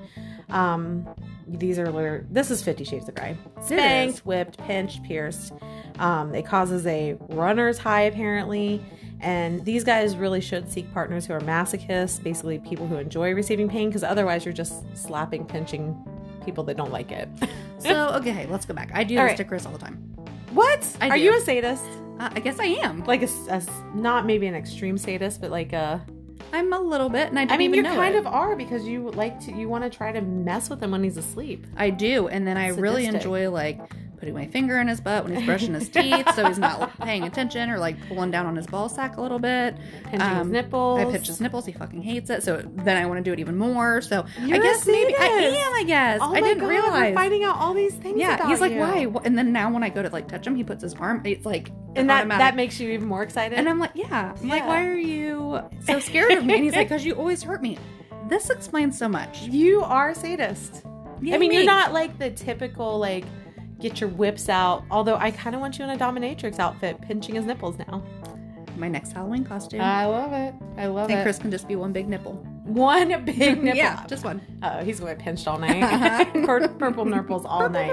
Speaker 1: Um, these are liter- this is Fifty Shades of Grey. Spanked, whipped, pinched, pierced. Um, it causes a runner's high apparently, and these guys really should seek partners who are masochists, basically people who enjoy receiving pain, because otherwise you're just slapping, pinching people that don't like it.
Speaker 2: So okay, let's go back. I do
Speaker 1: All
Speaker 2: this
Speaker 1: right.
Speaker 2: to Chris all the time.
Speaker 1: what?
Speaker 2: I
Speaker 1: are
Speaker 2: do.
Speaker 1: you a sadist?
Speaker 2: Uh, I guess I am.
Speaker 1: Like a, s- a s- not maybe an extreme sadist, but like a
Speaker 2: I'm a little bit, and I. Didn't
Speaker 1: I mean, you
Speaker 2: even know
Speaker 1: kind
Speaker 2: it.
Speaker 1: of are because you like to, you want to try to mess with him when he's asleep.
Speaker 2: I do, and then I really
Speaker 1: Sadistic.
Speaker 2: enjoy like putting my finger in his butt when he's brushing his teeth, so he's not like, paying attention, or like pulling down on his ball sack a little bit.
Speaker 1: Pinching his
Speaker 2: Um,
Speaker 1: nipples.
Speaker 2: I pinch his nipples. He fucking hates it. So then I want to do it even more. So
Speaker 1: You're
Speaker 2: I
Speaker 1: a
Speaker 2: guess maybe I
Speaker 1: sadist.
Speaker 2: am. I guess
Speaker 1: Oh
Speaker 2: I
Speaker 1: my
Speaker 2: didn't
Speaker 1: God, We're
Speaker 2: realize.
Speaker 1: finding out all these things.
Speaker 2: yeah,
Speaker 1: about
Speaker 2: he's like,
Speaker 1: you.
Speaker 2: why? Wh- And then now when I go to like touch him, he puts his arm. It's like
Speaker 1: And that
Speaker 2: automatic.
Speaker 1: that makes you even more excited.
Speaker 2: And I'm like, yeah. I'm Like,
Speaker 1: Yeah.
Speaker 2: why are you so scared of me? And he's like, because you always hurt me. This explains so much.
Speaker 1: you are a sadist.
Speaker 2: Yay
Speaker 1: I mean, you're
Speaker 2: me.
Speaker 1: not like the typical like get your whips out. Although I kind of want you in a dominatrix outfit, pinching his nipples now.
Speaker 2: my next Halloween costume.
Speaker 1: love it. I love
Speaker 2: and Chris can just be one big nipple.
Speaker 1: One big nipple.
Speaker 2: Yeah, just one.
Speaker 1: Oh, he's gonna be pinched all night. Pur- Purple nurples all night.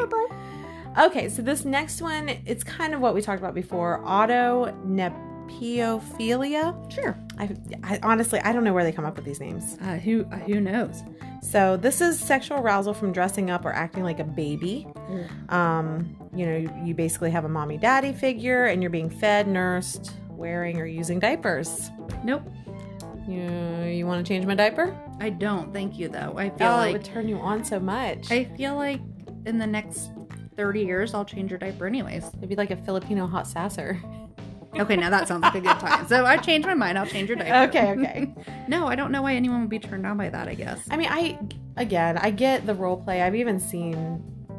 Speaker 1: Okay, so this next one, it's kind of what we talked about before autonepiophilia.
Speaker 2: Sure.
Speaker 1: I, I honestly, I don't know where they come up with these names.
Speaker 2: Uh, who uh, who knows?
Speaker 1: So this is sexual arousal from dressing up or acting like a baby.
Speaker 2: Mm.
Speaker 1: Um, you know, you, you basically have a mommy daddy figure and you're being fed, nursed, wearing, or using diapers.
Speaker 2: Nope.
Speaker 1: You, you want to change my diaper?
Speaker 2: I don't. Thank you though. I feel
Speaker 1: Oh, it
Speaker 2: like
Speaker 1: would turn you on so much.
Speaker 2: I feel like in the next 30 years I'll change your diaper anyways.
Speaker 1: It'd be like a Filipino hot sasser.
Speaker 2: Okay, now that sounds like a good time. So I changed my mind. I'll change your diaper.
Speaker 1: Okay, okay.
Speaker 2: no, I don't know why anyone would be turned on by that, I guess.
Speaker 1: I mean, I again, I get the role play. I've even seen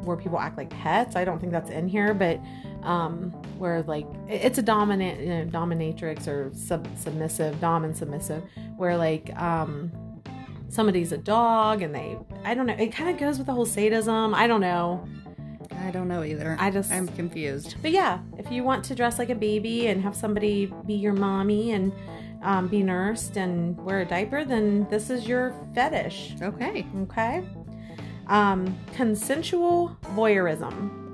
Speaker 1: where people act like pets. I don't think that's in here, but um, where like it- it's a dominant you know, dominatrix or sub submissive dom and submissive, where like um, somebody's a dog and they I don't know. It kind of goes with the whole sadism. I don't know.
Speaker 2: I don't know either.
Speaker 1: I just
Speaker 2: I'm confused.
Speaker 1: But yeah, if you want to dress like a baby and have somebody be your mommy and um, be nursed and wear a diaper, then this is your fetish.
Speaker 2: Okay.
Speaker 1: Okay. Um, consensual voyeurism.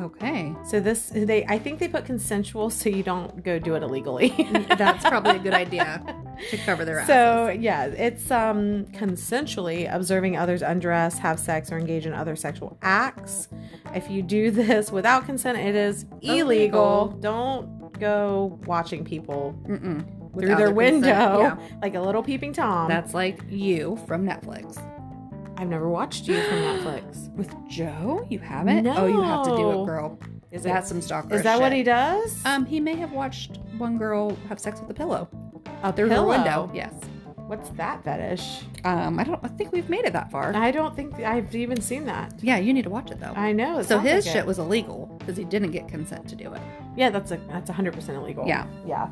Speaker 2: Okay.
Speaker 1: So this, they, I think they put consensual so you don't go do it illegally.
Speaker 2: That's probably a good idea to cover their
Speaker 1: So
Speaker 2: asses.
Speaker 1: yeah, it's um consensually observing others undress, have sex, or engage in other sexual acts. If you do this without consent, it is
Speaker 2: Illegal.
Speaker 1: illegal. Don't go watching people
Speaker 2: So Mm-mm.
Speaker 1: through
Speaker 2: Without
Speaker 1: their
Speaker 2: consent.
Speaker 1: window
Speaker 2: Yeah.
Speaker 1: like a little peeping tom.
Speaker 2: That's like you from Netflix.
Speaker 1: I've never watched you from Netflix.
Speaker 2: With Joe? You haven't? Oh, you have to do it,
Speaker 1: No.
Speaker 2: girl.
Speaker 1: Is that
Speaker 2: That's some stalker.
Speaker 1: is that what
Speaker 2: shit.
Speaker 1: he does?
Speaker 2: Um, he may have watched one girl have sex with a pillow
Speaker 1: a
Speaker 2: Uh, through her
Speaker 1: pillow.
Speaker 2: window. Yes.
Speaker 1: What's that fetish?
Speaker 2: Um, I don't I think we've made it that far.
Speaker 1: I don't think I've even seen that.
Speaker 2: yeah, you need to watch it though.
Speaker 1: I know. it
Speaker 2: so
Speaker 1: sounds
Speaker 2: his
Speaker 1: like
Speaker 2: shit
Speaker 1: it.
Speaker 2: was illegal because he didn't get consent to do it.
Speaker 1: Yeah, that's a that's 100% illegal.
Speaker 2: Yeah.
Speaker 1: Yeah.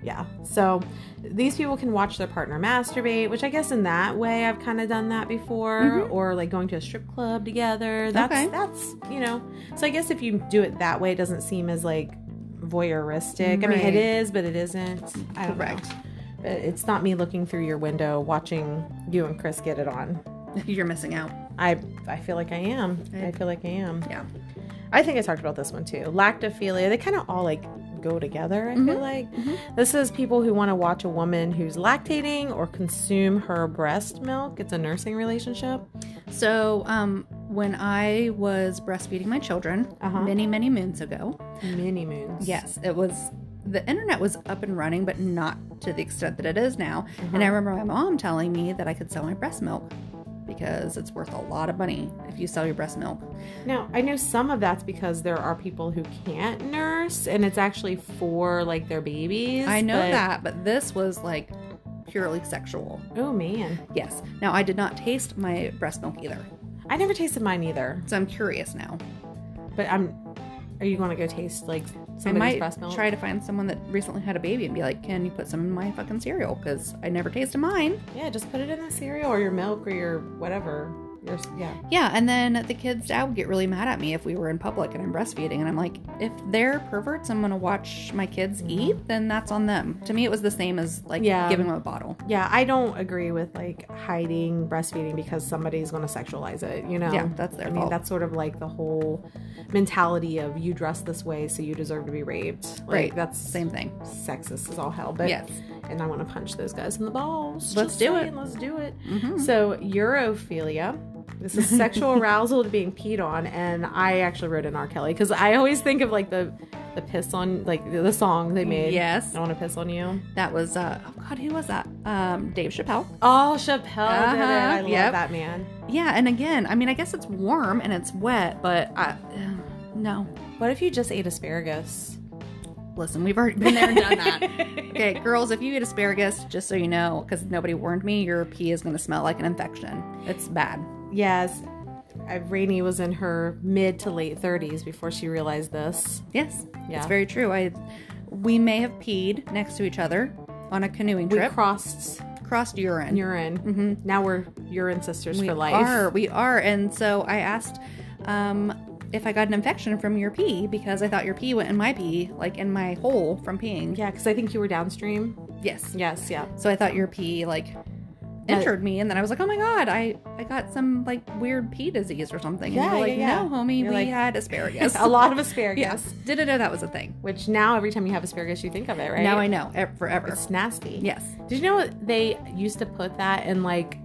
Speaker 1: Yeah. So these people can watch their partner masturbate, which I guess in that way I've kind of done that before or like going to a strip club together. That's
Speaker 2: Mm-hmm. Okay.
Speaker 1: that's, you know. So I guess if you do it that way it doesn't seem as like voyeuristic. I mean
Speaker 2: Right.
Speaker 1: it is, but it isn't. I don't know.
Speaker 2: Correct.
Speaker 1: But it's not me looking through your window watching you and Chris get it on.
Speaker 2: You're missing out.
Speaker 1: I I feel like I am.
Speaker 2: I-
Speaker 1: I feel like I am.
Speaker 2: Yeah.
Speaker 1: I think I talked about this one too. Lactophilia. They kind of all like go together. I
Speaker 2: Mm-hmm.
Speaker 1: feel like this is people who want to watch a woman who's lactating or consume her breast milk. It's a nursing relationship.
Speaker 2: So um, when I was breastfeeding my children
Speaker 1: Uh-huh.
Speaker 2: many many moons ago,
Speaker 1: Mini moons.
Speaker 2: yes, it was the internet was up and running, but not to the extent that it is now.
Speaker 1: Mm-hmm.
Speaker 2: And I remember my mom telling me that I could sell my breast milk because it's worth a lot of money if you sell your breast milk.
Speaker 1: Now I know some of that's because there are people who can't nurse, and it's actually for like their babies.
Speaker 2: I know
Speaker 1: but-
Speaker 2: that, but this was like purely sexual.
Speaker 1: Oh man,
Speaker 2: Yes. Now I did not taste my breast milk either,
Speaker 1: I never tasted mine either.
Speaker 2: so I'm curious now.
Speaker 1: But I'm. Are you going to go taste like
Speaker 2: I
Speaker 1: somebody's
Speaker 2: might
Speaker 1: breast milk?
Speaker 2: try to find someone that recently had a baby and be like, "Can you put some in my fucking cereal? Because I never tasted mine."
Speaker 1: Yeah, just put it in the cereal or your milk or your whatever. Your yeah.
Speaker 2: Yeah, and then the kid's dad would get really mad at me if we were in public and I'm breastfeeding, and I'm like, "If they're perverts, I'm gonna watch my kids eat. Then that's on them." To me, it was the same as like
Speaker 1: Yeah.
Speaker 2: giving them a bottle.
Speaker 1: Yeah, I don't agree with like hiding breastfeeding because somebody's going to sexualize it, you know?
Speaker 2: Yeah, that's their
Speaker 1: I mean,
Speaker 2: fault.
Speaker 1: that's sort of like the whole mentality of you dress this way, so you deserve to be raped. Like,
Speaker 2: Right.
Speaker 1: That's
Speaker 2: Same thing.
Speaker 1: sexist as all hell. But
Speaker 2: Yes.
Speaker 1: and I want to punch those guys in the balls.
Speaker 2: Let's
Speaker 1: Just
Speaker 2: do it.
Speaker 1: saying, Let's do it. Mm-hmm.
Speaker 2: Mhm.
Speaker 1: So urophilia. This is sexual arousal to being peed on, and I actually wrote in R. Kelly because I always think of like the the piss on like the, the song they made.
Speaker 2: Yes.
Speaker 1: I want to piss on you.
Speaker 2: That was uh, oh god, who was that? Um, Dave Chappelle.
Speaker 1: Oh, Chappelle did it.
Speaker 2: Uh-huh,
Speaker 1: I love
Speaker 2: yep.
Speaker 1: that man.
Speaker 2: Yeah, and again, I mean, I guess it's warm and it's wet, but I, ugh, no.
Speaker 1: What if you just ate asparagus?
Speaker 2: Listen, we've already been there and done that. okay, girls, if you eat asparagus, just so you know, because nobody warned me, your pee is going to smell like an infection. It's bad.
Speaker 1: Yes. I- Rainey was in her mid to late 30s before she realized this.
Speaker 2: Yes,
Speaker 1: Yeah.
Speaker 2: it's very true. I, we may have peed next to each other on a canoeing
Speaker 1: We
Speaker 2: trip,
Speaker 1: crossed
Speaker 2: crossed urine.
Speaker 1: urine. Now we're urine sisters
Speaker 2: Mm-hmm. we
Speaker 1: for life.
Speaker 2: are, we are, and so I asked. Um, if I got an infection from your pee because I thought your pee went in my pee, like in my hole from peeing.
Speaker 1: Yeah, because I think you were downstream.
Speaker 2: Yes.
Speaker 1: Yes, yeah.
Speaker 2: So I thought your pee like injured me, and then I was like, oh my god, I I got some like weird pea disease or something.
Speaker 1: Yeah,
Speaker 2: and you were like,
Speaker 1: yeah, yeah.
Speaker 2: no, homie,
Speaker 1: You're
Speaker 2: we
Speaker 1: like-
Speaker 2: had asparagus.
Speaker 1: a lot of asparagus.
Speaker 2: Yes, didn't know that was a thing.
Speaker 1: Which now every time you have asparagus, you think of it, right?
Speaker 2: Now I know e- forever.
Speaker 1: It's nasty.
Speaker 2: yes.
Speaker 1: Did you know they used to put that in like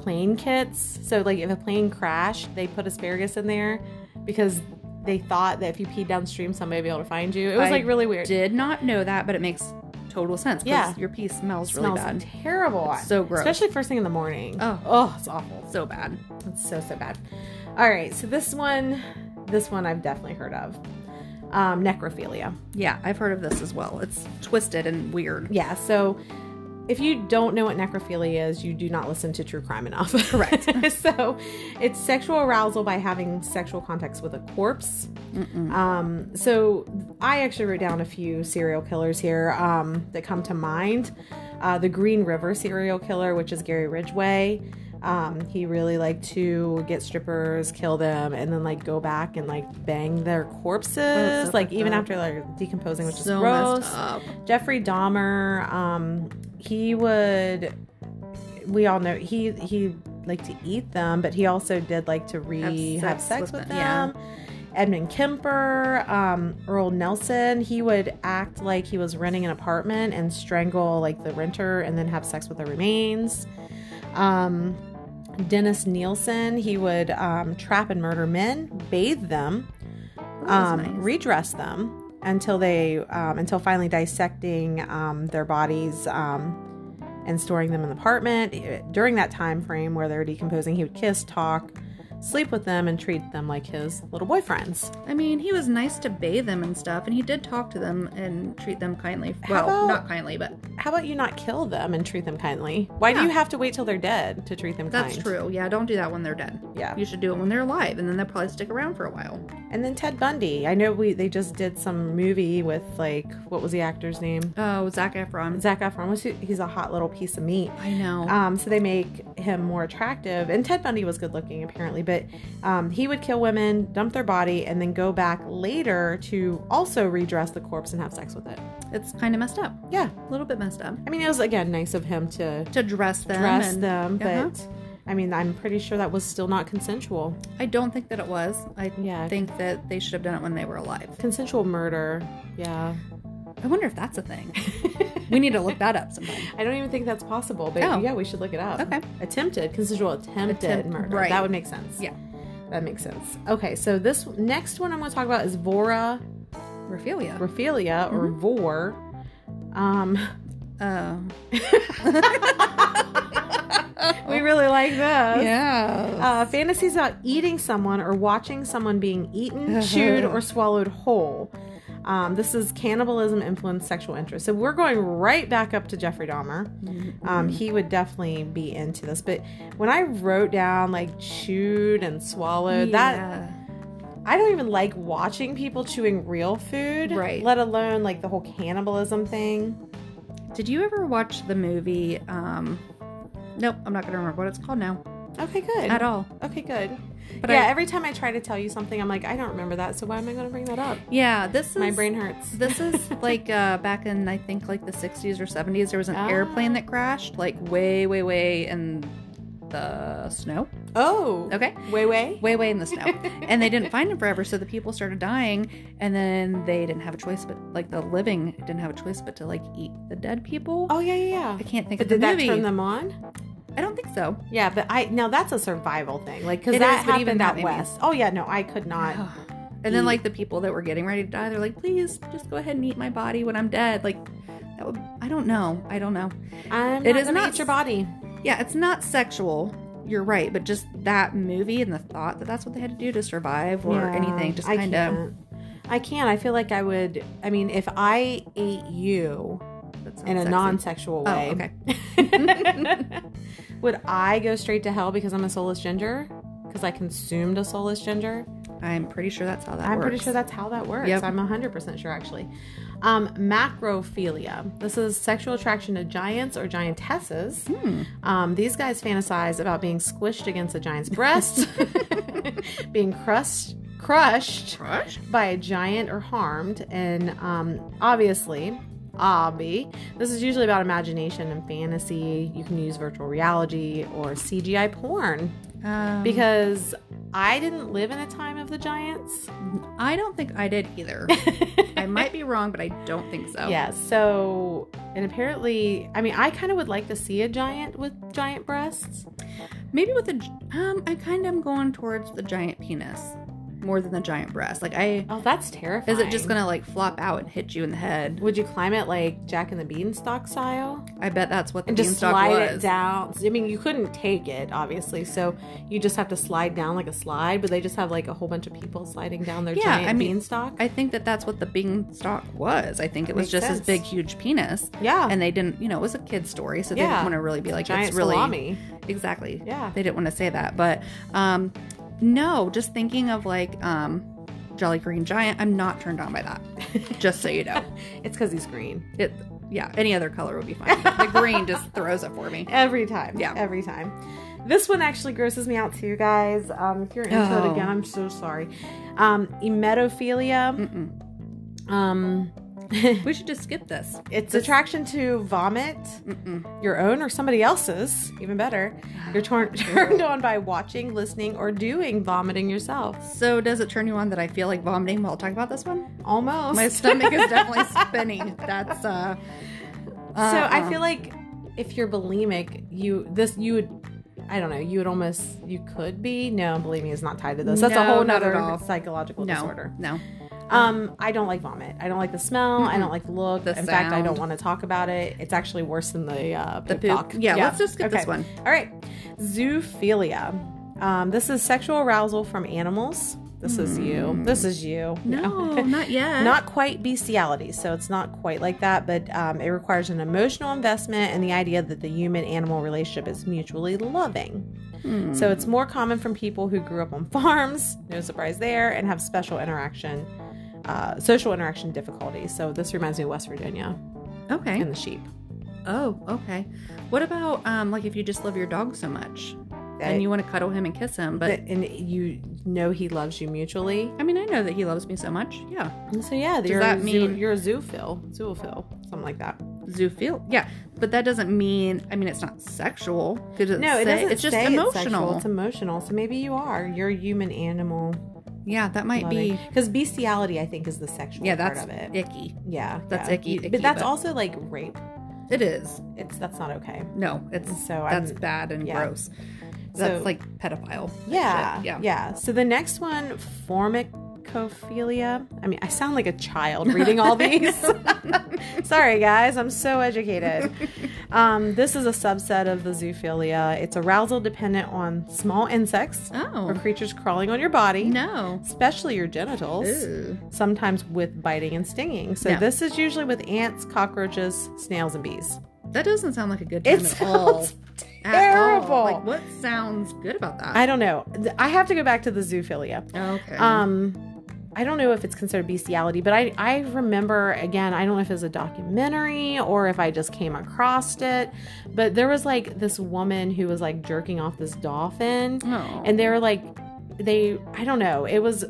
Speaker 1: plane kits? So like if a plane crashed, they put asparagus in there because they thought that if you peed downstream, somebody would be able to find you. It was
Speaker 2: I
Speaker 1: like really weird.
Speaker 2: Did not know that, but it makes total sense. 'cause
Speaker 1: Yeah.
Speaker 2: your pee smells,
Speaker 1: It
Speaker 2: really
Speaker 1: smells
Speaker 2: bad.
Speaker 1: terrible.
Speaker 2: It's so gross.
Speaker 1: Especially first thing in the morning.
Speaker 2: Oh.
Speaker 1: oh, it's awful.
Speaker 2: so bad.
Speaker 1: It's so so bad. All right, so this one, this one I've definitely heard of. Um, necrophilia.
Speaker 2: Yeah, I've heard of this as well. It's twisted and weird.
Speaker 1: Yeah. So if you don't know what necrophilia is, you do not listen to true crime enough.
Speaker 2: Correct.
Speaker 1: so it's sexual arousal by having sexual contacts with a corpse.
Speaker 2: Mm-mm.
Speaker 1: Um, so I actually wrote down a few serial killers here um, that come to mind. Uh, the Green River serial killer, which is Gary Ridgway. Um, he really liked to get strippers, kill them, and then like go back and like bang their corpses,
Speaker 2: Oh, so
Speaker 1: like even
Speaker 2: fucked
Speaker 1: after they're decomposing, which
Speaker 2: so
Speaker 1: is gross.
Speaker 2: messed up.
Speaker 1: Jeffrey Dahmer, um, he would. We all know he he liked to eat them, but he also did like to re have sex, with, them.
Speaker 2: yeah.
Speaker 1: Edmund Kemper, um, Earl Nelson, he would act like he was renting an apartment and strangle like the renter and then have sex with the remains. Um, Dennis Nielsen, he would um, trap and murder men, bathe them,
Speaker 2: That
Speaker 1: um,
Speaker 2: was nice.
Speaker 1: redress them until they um, until finally dissecting um, their bodies um, and storing them in the apartment Eh, during that time frame where they were decomposing he would kiss talk sleep with them and treat them like his little boyfriends
Speaker 2: I mean, he was nice to bathe them and stuff, and he did talk to them and treat them kindly. Well,
Speaker 1: How about-
Speaker 2: not kindly, but
Speaker 1: how about you not kill them and treat them kindly why do
Speaker 2: Yeah.
Speaker 1: you have to wait till they're dead to treat them
Speaker 2: that's
Speaker 1: kind
Speaker 2: true. Yeah, don't do that when they're dead.
Speaker 1: yeah
Speaker 2: You should do it when they're alive, and then they'll probably stick around for a while.
Speaker 1: and then ted bundy i know we they just did some movie with like what was the actor's name
Speaker 2: Oh, Zach Efron.
Speaker 1: zach efron was he, he's a hot little piece of meat
Speaker 2: I know.
Speaker 1: Um, so they make him more attractive. And Ted Bundy was good looking, apparently, but um, he would kill women, dump their body, and then go back later to also redress the corpse and have sex with it.
Speaker 2: it's kind of messed up.
Speaker 1: Yeah.
Speaker 2: A little bit messed up.
Speaker 1: I mean, it was, again, nice of him to
Speaker 2: To dress them.
Speaker 1: dress
Speaker 2: and
Speaker 1: them, but
Speaker 2: Uh-huh.
Speaker 1: I mean, I'm pretty sure that was still not consensual.
Speaker 2: I don't think that it was. I
Speaker 1: Yeah.
Speaker 2: think that they should have done it when they were alive.
Speaker 1: Consensual murder. Yeah.
Speaker 2: I wonder if that's a thing. we need to look that up sometime.
Speaker 1: I don't even think that's possible, but
Speaker 2: Oh.
Speaker 1: yeah, we should look it up.
Speaker 2: Okay.
Speaker 1: Attempted, consensual attempted
Speaker 2: Attempt-
Speaker 1: murder.
Speaker 2: right.
Speaker 1: That would make sense.
Speaker 2: Yeah.
Speaker 1: That makes sense. Okay, so this next one I'm going to talk about is Vora
Speaker 2: Raphelia.
Speaker 1: Raphelia or
Speaker 2: Mm-hmm.
Speaker 1: Vor. Um,
Speaker 2: Oh.
Speaker 1: we really like this.
Speaker 2: yeah.
Speaker 1: Uh, fantasies about eating someone or watching someone being eaten, chewed, or swallowed whole. Um, this is cannibalism influenced sexual interest. So we're going right back up to Jeffrey Dahmer. Um, he would definitely be into this. But when I wrote down like chewed and swallowed, that I don't even like watching people chewing real food,
Speaker 2: Right.
Speaker 1: let alone like the whole cannibalism thing.
Speaker 2: Did you ever watch the movie? Um, nope, I'm not gonna remember what it's called now
Speaker 1: Okay, good.
Speaker 2: at all.
Speaker 1: Okay, good.
Speaker 2: But
Speaker 1: yeah,
Speaker 2: I-
Speaker 1: every time I try to tell you something, I'm like, I don't remember that, so why am I going to bring that up?
Speaker 2: Yeah, this is
Speaker 1: My brain hurts.
Speaker 2: This is like uh, back in I think like the 60s or 70s. There was an
Speaker 1: Ah.
Speaker 2: airplane that crashed like way, way, way in the snow.
Speaker 1: oh,
Speaker 2: Okay.
Speaker 1: Way, way.
Speaker 2: Way, way in the snow, and they didn't find him forever. So the people started dying, and then they didn't have a choice but like the living didn't have a choice but to like eat the dead people.
Speaker 1: Oh yeah, yeah,
Speaker 2: I
Speaker 1: yeah.
Speaker 2: can't think
Speaker 1: But
Speaker 2: of the
Speaker 1: did that
Speaker 2: movie.
Speaker 1: turn them on?
Speaker 2: I don't think so.
Speaker 1: Yeah, but I now that's a survival thing, like because
Speaker 2: It
Speaker 1: that
Speaker 2: is, but
Speaker 1: happened
Speaker 2: even that Oh.
Speaker 1: out
Speaker 2: made me-
Speaker 1: west. Oh yeah, no, I could not.
Speaker 2: and then like the people that were getting ready to die, they're like, please just go ahead and eat my body when I'm dead. Like that would I don't know. I don't know.
Speaker 1: I'm
Speaker 2: It
Speaker 1: not
Speaker 2: is
Speaker 1: gonna
Speaker 2: not
Speaker 1: eat your body.
Speaker 2: Yeah, it's not sexual. You're right, but just that movie and the thought that that's what they had to do to survive or
Speaker 1: Yeah,
Speaker 2: anything just
Speaker 1: I
Speaker 2: kind of
Speaker 1: can't. I can't. I feel like I would. I mean, if I ate you in a non-sexual
Speaker 2: Oh,
Speaker 1: way,
Speaker 2: okay.
Speaker 1: would I go straight to hell because I'm a soulless ginger? Because I consumed a soulless ginger.
Speaker 2: I'm pretty sure that's how that
Speaker 1: I'm
Speaker 2: works.
Speaker 1: pretty sure that's how that works.
Speaker 2: Yep.
Speaker 1: I'm 100% sure, actually. Um, macrophilia. This is sexual attraction to giants or giantesses.
Speaker 2: Hmm.
Speaker 1: Um, these guys fantasize about being squished against a giant's breast, being crushed, crushed
Speaker 2: Crush?
Speaker 1: by a giant or harmed, and um, obviously obby. This is usually about imagination and fantasy. You can use virtual reality or CGI porn
Speaker 2: Um,
Speaker 1: because I didn't live in a time of the giants.
Speaker 2: I don't think I did either. I might be wrong, but I don't think so.
Speaker 1: Yeah, so and apparently, I mean, I kind of would like to see a giant with giant breasts.
Speaker 2: Maybe with the g- um, I kind of am going towards the giant penis more than the giant breast. Like I,
Speaker 1: Oh, that's terrifying.
Speaker 2: is it just gonna like flop out and hit you in the head?
Speaker 1: Would you climb it like Jack and the Beanstalk style?
Speaker 2: I bet that's what the
Speaker 1: and just
Speaker 2: beanstalk
Speaker 1: slide
Speaker 2: was.
Speaker 1: it down. I mean, you couldn't take it, obviously. So you just have to slide down like a slide, but they just have like a whole bunch of people sliding down their
Speaker 2: Yeah,
Speaker 1: giant
Speaker 2: I mean,
Speaker 1: beanstalk.
Speaker 2: I think that that's what the beanstalk was. I think it was
Speaker 1: Makes
Speaker 2: just
Speaker 1: sense.
Speaker 2: this big, huge penis,
Speaker 1: yeah,
Speaker 2: and they didn't. You know, it was a kid's story, so they
Speaker 1: Yeah.
Speaker 2: didn't want to really be like
Speaker 1: giant
Speaker 2: it's really
Speaker 1: salami.
Speaker 2: exactly.
Speaker 1: Yeah,
Speaker 2: They didn't want to say that, but um, no, just thinking of like um, Jolly Green Giant. I'm not turned on by that. just so you know,
Speaker 1: it's because he's green
Speaker 2: it. Yeah, any other color would be fine. but The green just throws it for me.
Speaker 1: every time.
Speaker 2: Yeah.
Speaker 1: every time. This one actually grosses me out too, guys. Um, if you're into it
Speaker 2: Oh.
Speaker 1: again, I'm so sorry. Um, emetophilia.
Speaker 2: Mm-mm.
Speaker 1: Um,
Speaker 2: We should just skip this.
Speaker 1: it's
Speaker 2: This-
Speaker 1: attraction to vomit,
Speaker 2: Mm-mm.
Speaker 1: your own or somebody else's, even better. You're torn, turned on by watching, listening, or doing vomiting yourself.
Speaker 2: So does it turn you on that I feel like vomiting while talking about this one?
Speaker 1: Almost.
Speaker 2: My stomach is definitely spinning. That's uh.
Speaker 1: so
Speaker 2: uh-uh.
Speaker 1: I feel like if you're bulimic, you this you would I don't know, you would almost you could be. No, bulimia is not tied to this. That's a
Speaker 2: No,
Speaker 1: whole
Speaker 2: not
Speaker 1: nother
Speaker 2: at all.
Speaker 1: psychological
Speaker 2: no,
Speaker 1: disorder.
Speaker 2: no.
Speaker 1: Um, I don't like vomit. I don't like the smell. I don't like the look.
Speaker 2: The
Speaker 1: In fact, I don't
Speaker 2: sound.
Speaker 1: want to talk about it. It's actually worse than the uh,
Speaker 2: The
Speaker 1: poop
Speaker 2: poop.
Speaker 1: talk.
Speaker 2: Yeah, let's just skip
Speaker 1: Okay.
Speaker 2: this one.
Speaker 1: All right, zoophilia. Um, this is sexual arousal from animals. This is you. This is you.
Speaker 2: Hmm. No, not yet.
Speaker 1: not quite bestiality so it's not quite like that but um, it requires an emotional investment and the idea that the human animal relationship is mutually loving
Speaker 2: Hmm.
Speaker 1: so it's more common from people who grew up on farms no surprise there and have special interaction uh, social interaction difficulties so this reminds me of west virginia
Speaker 2: okay.
Speaker 1: and the sheep
Speaker 2: Oh, okay. What about um like if you just love your dog so much
Speaker 1: That-
Speaker 2: and you want to cuddle him and kiss him, but
Speaker 1: that- and you know he loves you mutually
Speaker 2: I mean I know that he loves me so much. Yeah.
Speaker 1: And so yeah
Speaker 2: Does
Speaker 1: you're,
Speaker 2: that
Speaker 1: a zoo,
Speaker 2: mean-
Speaker 1: you're a zoophil zoophil something like that
Speaker 2: Zoophil. Yeah. But that doesn't mean I mean it's not sexual. Could it
Speaker 1: no it
Speaker 2: say-
Speaker 1: doesn't
Speaker 2: it's just
Speaker 1: say
Speaker 2: emotional.
Speaker 1: it's, sexual. it's emotional so maybe you are you're a human animal
Speaker 2: yeah, that might be
Speaker 1: because bestiality i think is the sexual
Speaker 2: Yeah, that's
Speaker 1: part of it
Speaker 2: icky.
Speaker 1: yeah
Speaker 2: that's
Speaker 1: yeah.
Speaker 2: icky,
Speaker 1: You-
Speaker 2: icky,
Speaker 1: but that's
Speaker 2: but-
Speaker 1: also like rape
Speaker 2: It is.
Speaker 1: it's that's not okay
Speaker 2: No, it's
Speaker 1: so
Speaker 2: that's
Speaker 1: I'm,
Speaker 2: bad and
Speaker 1: yeah.
Speaker 2: gross. That's
Speaker 1: So-
Speaker 2: like pedophile.
Speaker 1: yeah,
Speaker 2: shit,
Speaker 1: yeah
Speaker 2: yeah.
Speaker 1: so the next one formicophilia i mean i sound like a child reading all these sorry guys i'm so educated um, this is a subset of the zoophilia it's arousal dependent on small insects or
Speaker 2: Oh.
Speaker 1: creatures crawling on your body
Speaker 2: No.
Speaker 1: especially your genitals
Speaker 2: Ooh.
Speaker 1: sometimes with biting and stinging. So
Speaker 2: No.
Speaker 1: this is usually with ants, cockroaches, snails, and bees.
Speaker 2: That doesn't sound like a good time
Speaker 1: It
Speaker 2: at all.
Speaker 1: sounds
Speaker 2: At all.
Speaker 1: terrible.
Speaker 2: Like what sounds good about that?
Speaker 1: I don't know. Th- I have to go back to the zoophilia.
Speaker 2: Okay.
Speaker 1: Um, I don't know if it's considered bestiality, but I I remember again. I don't know if it was a documentary or if I just came across it, but there was like this woman who was like jerking off this dolphin,
Speaker 2: Oh.
Speaker 1: and they were like they i don't know it was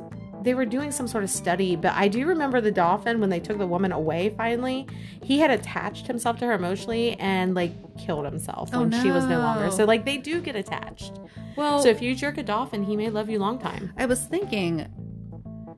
Speaker 1: they were doing some sort of study but i do remember the dolphin when they took the woman away finally he had attached himself to her emotionally and like killed himself
Speaker 2: Oh,
Speaker 1: when she was no longer
Speaker 2: no.
Speaker 1: so like they do get attached
Speaker 2: well,
Speaker 1: so if you jerk a dolphin he may love you long time
Speaker 2: I was thinking,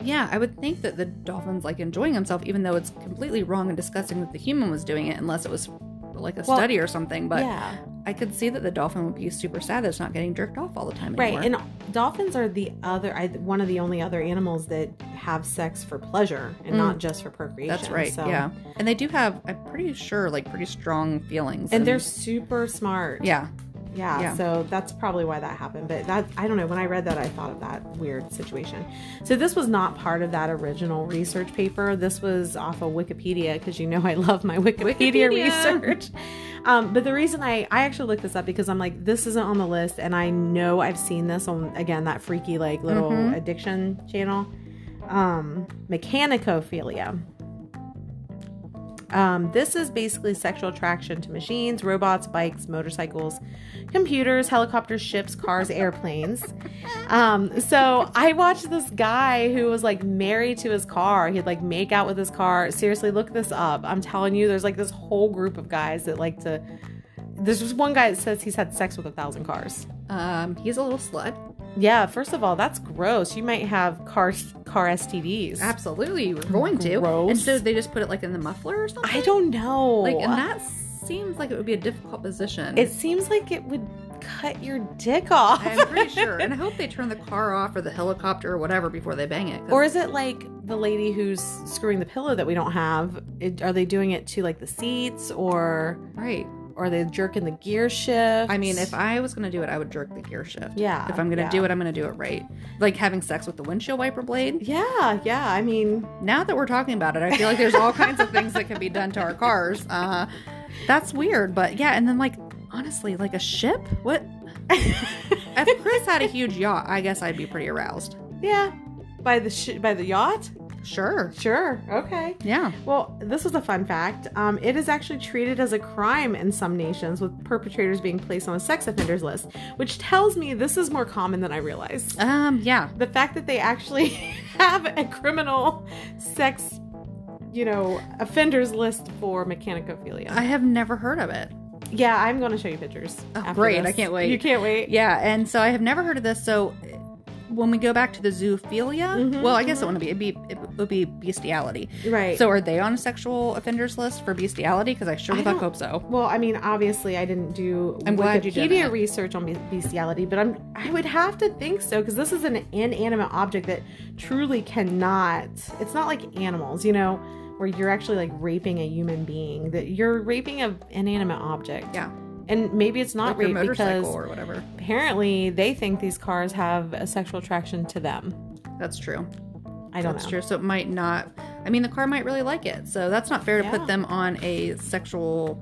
Speaker 2: yeah, I would think that the dolphin's like enjoying himself, even though it's completely wrong and disgusting that the human was doing it, unless it was like a
Speaker 1: Well,
Speaker 2: study or something. But
Speaker 1: yeah
Speaker 2: I could see that the dolphin would be super sad that it's not getting jerked off all the time
Speaker 1: right
Speaker 2: anymore.
Speaker 1: and dolphins are the other I, one of the only other animals that have sex for pleasure and
Speaker 2: Mm.
Speaker 1: not just for procreation
Speaker 2: that's right.
Speaker 1: so.
Speaker 2: Yeah, and they do have, I'm pretty sure, like pretty strong feelings.
Speaker 1: and they're super smart
Speaker 2: yeah,
Speaker 1: Yeah,
Speaker 2: Yeah.
Speaker 1: so that's probably why that happened. But that I don't know. When I read that, I thought of that weird situation. So this was not part of that original research paper. This was off of Wikipedia because you know I love my Wikipedia,
Speaker 2: Wikipedia.
Speaker 1: research. Um, but the reason I I actually looked this up because I'm like this isn't on the list, and I know I've seen this on again that freaky like little
Speaker 2: Mhm.
Speaker 1: addiction channel, um, mechanicophilia. Um, this is basically sexual attraction to machines, robots, bikes, motorcycles, computers, helicopters, ships, cars, airplanes. Um, so I watched this guy who was like married to his car. He'd like make out with his car. Seriously, look this up. I'm telling you, there's like this whole group of guys that like to. There's just one guy that says he's had sex with a thousand cars.
Speaker 2: Um, he's a little slut.
Speaker 1: Yeah, first of all, that's gross. You might have car car STDs.
Speaker 2: Absolutely, you were going to.
Speaker 1: Gross.
Speaker 2: And so they just put it like in the muffler or something.
Speaker 1: I don't know.
Speaker 2: like, and that seems like it would be a difficult position.
Speaker 1: It seems like it would cut your dick off.
Speaker 2: I'm pretty sure, and I hope they turn the car off or the helicopter or whatever before they bang it. 'cause-
Speaker 1: Or is it like the lady who's screwing the pillow that we don't have? It, are they doing it to like the seats or
Speaker 2: right?
Speaker 1: are they jerking the gear shift?
Speaker 2: I mean, if I was gonna do it, I would jerk the gear shift.
Speaker 1: yeah,
Speaker 2: If I'm gonna
Speaker 1: yeah.
Speaker 2: do it, I'm gonna do it right. Like having sex with the windshield wiper blade.
Speaker 1: yeah, yeah. I mean,
Speaker 2: Now that we're talking about it, I feel like there's all kinds of things that can be done to our cars. Uh, that's weird, but yeah. And then like honestly, like a ship. What? If Chris had a huge yacht, I guess I'd be pretty aroused.
Speaker 1: yeah. By the sh- by the yacht,
Speaker 2: Sure.
Speaker 1: sure, okay.
Speaker 2: Yeah.
Speaker 1: Well, this was a fun fact. Um, it is actually treated as a crime in some nations, with perpetrators being placed on a sex offenders list, which tells me this is more common than I realized.
Speaker 2: Um. Yeah.
Speaker 1: the fact that they actually have a criminal sex you know offenders list for mechanicophilia
Speaker 2: I have never heard of it.
Speaker 1: yeah i'm going to show you pictures
Speaker 2: Oh,
Speaker 1: after
Speaker 2: great.
Speaker 1: this.
Speaker 2: I can't wait.
Speaker 1: you can't wait
Speaker 2: Yeah, and so I have never heard of this. So when we go back to the zoophilia,
Speaker 1: Mhm,
Speaker 2: well, I guess it wouldn't be. It'd be it would be bestiality.
Speaker 1: right
Speaker 2: So are they on a sexual offenders list for bestiality? Because I sure
Speaker 1: I
Speaker 2: the fuck
Speaker 1: don't-
Speaker 2: hope so.
Speaker 1: well i mean obviously i didn't do
Speaker 2: I'm glad you did
Speaker 1: wikipedia
Speaker 2: that.
Speaker 1: research on be- bestiality but i'm i would have to think so because this is an inanimate object that truly cannot it's not like animals you know where you're actually like raping a human being that you're raping an inanimate object
Speaker 2: Yeah,
Speaker 1: and maybe it's not
Speaker 2: like your
Speaker 1: rape
Speaker 2: motorcycle
Speaker 1: because
Speaker 2: or whatever.
Speaker 1: apparently they think these cars have a sexual attraction to them.
Speaker 2: That's true.
Speaker 1: I don't
Speaker 2: That's
Speaker 1: know.
Speaker 2: true. So it might not. I mean, the car might really like it. So that's not fair to
Speaker 1: Yeah.
Speaker 2: put them on a sexual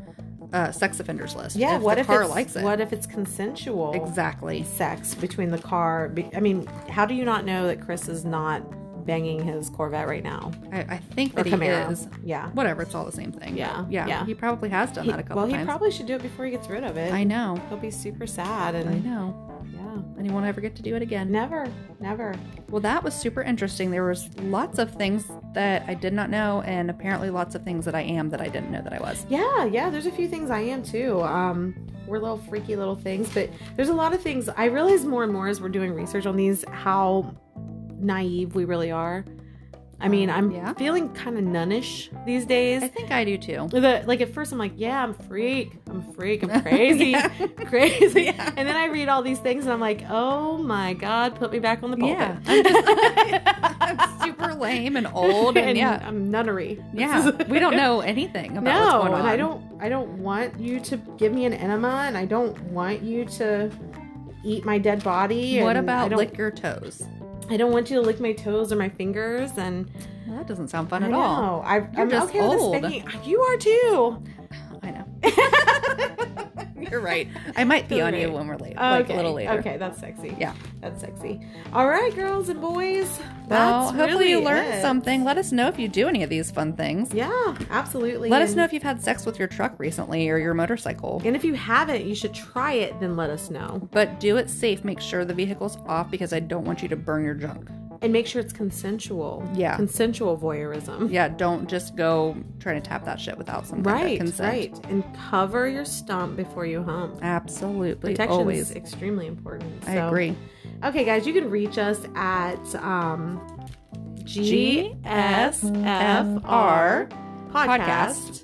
Speaker 2: uh, sex offenders list.
Speaker 1: Yeah,
Speaker 2: If
Speaker 1: what
Speaker 2: the
Speaker 1: if
Speaker 2: car
Speaker 1: it's,
Speaker 2: likes it?
Speaker 1: What if it's consensual
Speaker 2: exactly.
Speaker 1: sex between the car? be- I mean, how do you not know that Chris is not banging his Corvette right now
Speaker 2: I, I think
Speaker 1: or
Speaker 2: that he
Speaker 1: Camaro?
Speaker 2: is.
Speaker 1: Yeah.
Speaker 2: Whatever, it's all the same thing.
Speaker 1: Yeah,
Speaker 2: yeah,
Speaker 1: yeah.
Speaker 2: He probably has done
Speaker 1: He-
Speaker 2: that a couple
Speaker 1: well,
Speaker 2: times.
Speaker 1: he probably should do it before he gets rid of it.
Speaker 2: I know.
Speaker 1: He'll be super sad
Speaker 2: I
Speaker 1: and
Speaker 2: know.
Speaker 1: yeah,
Speaker 2: And he won't ever get to do it again.
Speaker 1: never, never.
Speaker 2: Well, that was super interesting. There was lots of things that I did not know, and apparently lots of things that I am that I didn't know that I was.
Speaker 1: Yeah, yeah, there's a few things I am too. Um, we're little freaky little things, but there's a lot of things I realize more and more as we're doing research on these how naive we really are. I mean, I'm
Speaker 2: Um, Yeah.
Speaker 1: feeling kind of nunnish these days.
Speaker 2: I think I do too.
Speaker 1: The, like at first, I'm like, yeah, I'm a freak, I'm a freak, I'm crazy, crazy.
Speaker 2: Yeah.
Speaker 1: And then I read all these things, and I'm like, oh my god, put me back on the pulpit.
Speaker 2: Yeah. I'm super lame and old, and,
Speaker 1: and
Speaker 2: yeah,
Speaker 1: I'm nunnery. This
Speaker 2: yeah.
Speaker 1: is-
Speaker 2: We don't know anything about what's
Speaker 1: no,
Speaker 2: going on.
Speaker 1: and I don't. I don't want you to give me an enema, and I don't want you to eat my dead body.
Speaker 2: What
Speaker 1: and I
Speaker 2: about
Speaker 1: don't,
Speaker 2: lick your toes?
Speaker 1: I don't want you to lick my toes or my fingers, and
Speaker 2: Well, that doesn't sound fun
Speaker 1: I
Speaker 2: at all.
Speaker 1: know. I, I'm
Speaker 2: just
Speaker 1: okay
Speaker 2: old.
Speaker 1: with this thinking. You are too.
Speaker 2: I know. You're right. I might be
Speaker 1: You're
Speaker 2: on you
Speaker 1: right.
Speaker 2: when we're later,
Speaker 1: Okay.
Speaker 2: like a little later.
Speaker 1: Okay, that's sexy.
Speaker 2: Yeah.
Speaker 1: that's sexy. All right, girls and boys.
Speaker 2: Well,
Speaker 1: that's
Speaker 2: hopefully you
Speaker 1: really
Speaker 2: learned
Speaker 1: it.
Speaker 2: something. Let us know if you do any of these fun things.
Speaker 1: Yeah, absolutely.
Speaker 2: Let us
Speaker 1: and-
Speaker 2: know if you've had sex with your truck recently or your motorcycle.
Speaker 1: And if you haven't, you should try it. Then let us know,
Speaker 2: But do it safe. Make sure the vehicle's off because I don't want you to burn your junk.
Speaker 1: and make sure it's consensual.
Speaker 2: Yeah.
Speaker 1: consensual voyeurism.
Speaker 2: Yeah, don't just go trying to tap that shit without some kind of
Speaker 1: Right,
Speaker 2: consent.
Speaker 1: right. And cover your stump before you hump.
Speaker 2: Absolutely.
Speaker 1: Protection
Speaker 2: Always.
Speaker 1: is extremely important.
Speaker 2: I
Speaker 1: So-
Speaker 2: agree.
Speaker 1: Okay, guys, you can reach us at um, GSFR
Speaker 2: GSFR
Speaker 1: podcast,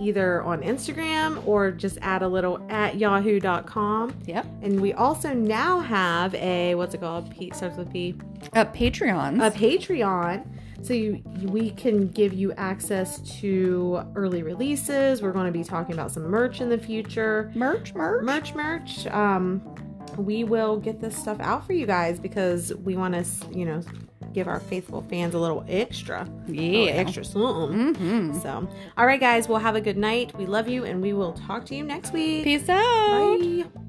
Speaker 1: either on Instagram or just add a little at yahoo.com.
Speaker 2: Yep.
Speaker 1: And we also now have a, what's it called? P, starts with P.
Speaker 2: Uh, Patreons.
Speaker 1: a Patreon. So you, we can give you access to early releases. We're going to be talking about some merch in the future.
Speaker 2: merch, merch.
Speaker 1: Merch, merch. Um, we will get this stuff out for you guys because we want to, you know, give our faithful fans a little extra, a little
Speaker 2: Oh, Yeah.
Speaker 1: extra something.
Speaker 2: Mm-hmm.
Speaker 1: So, all right, guys, we'll have a good night. We love you, and we will talk to you next week.
Speaker 2: Peace out.
Speaker 1: Bye.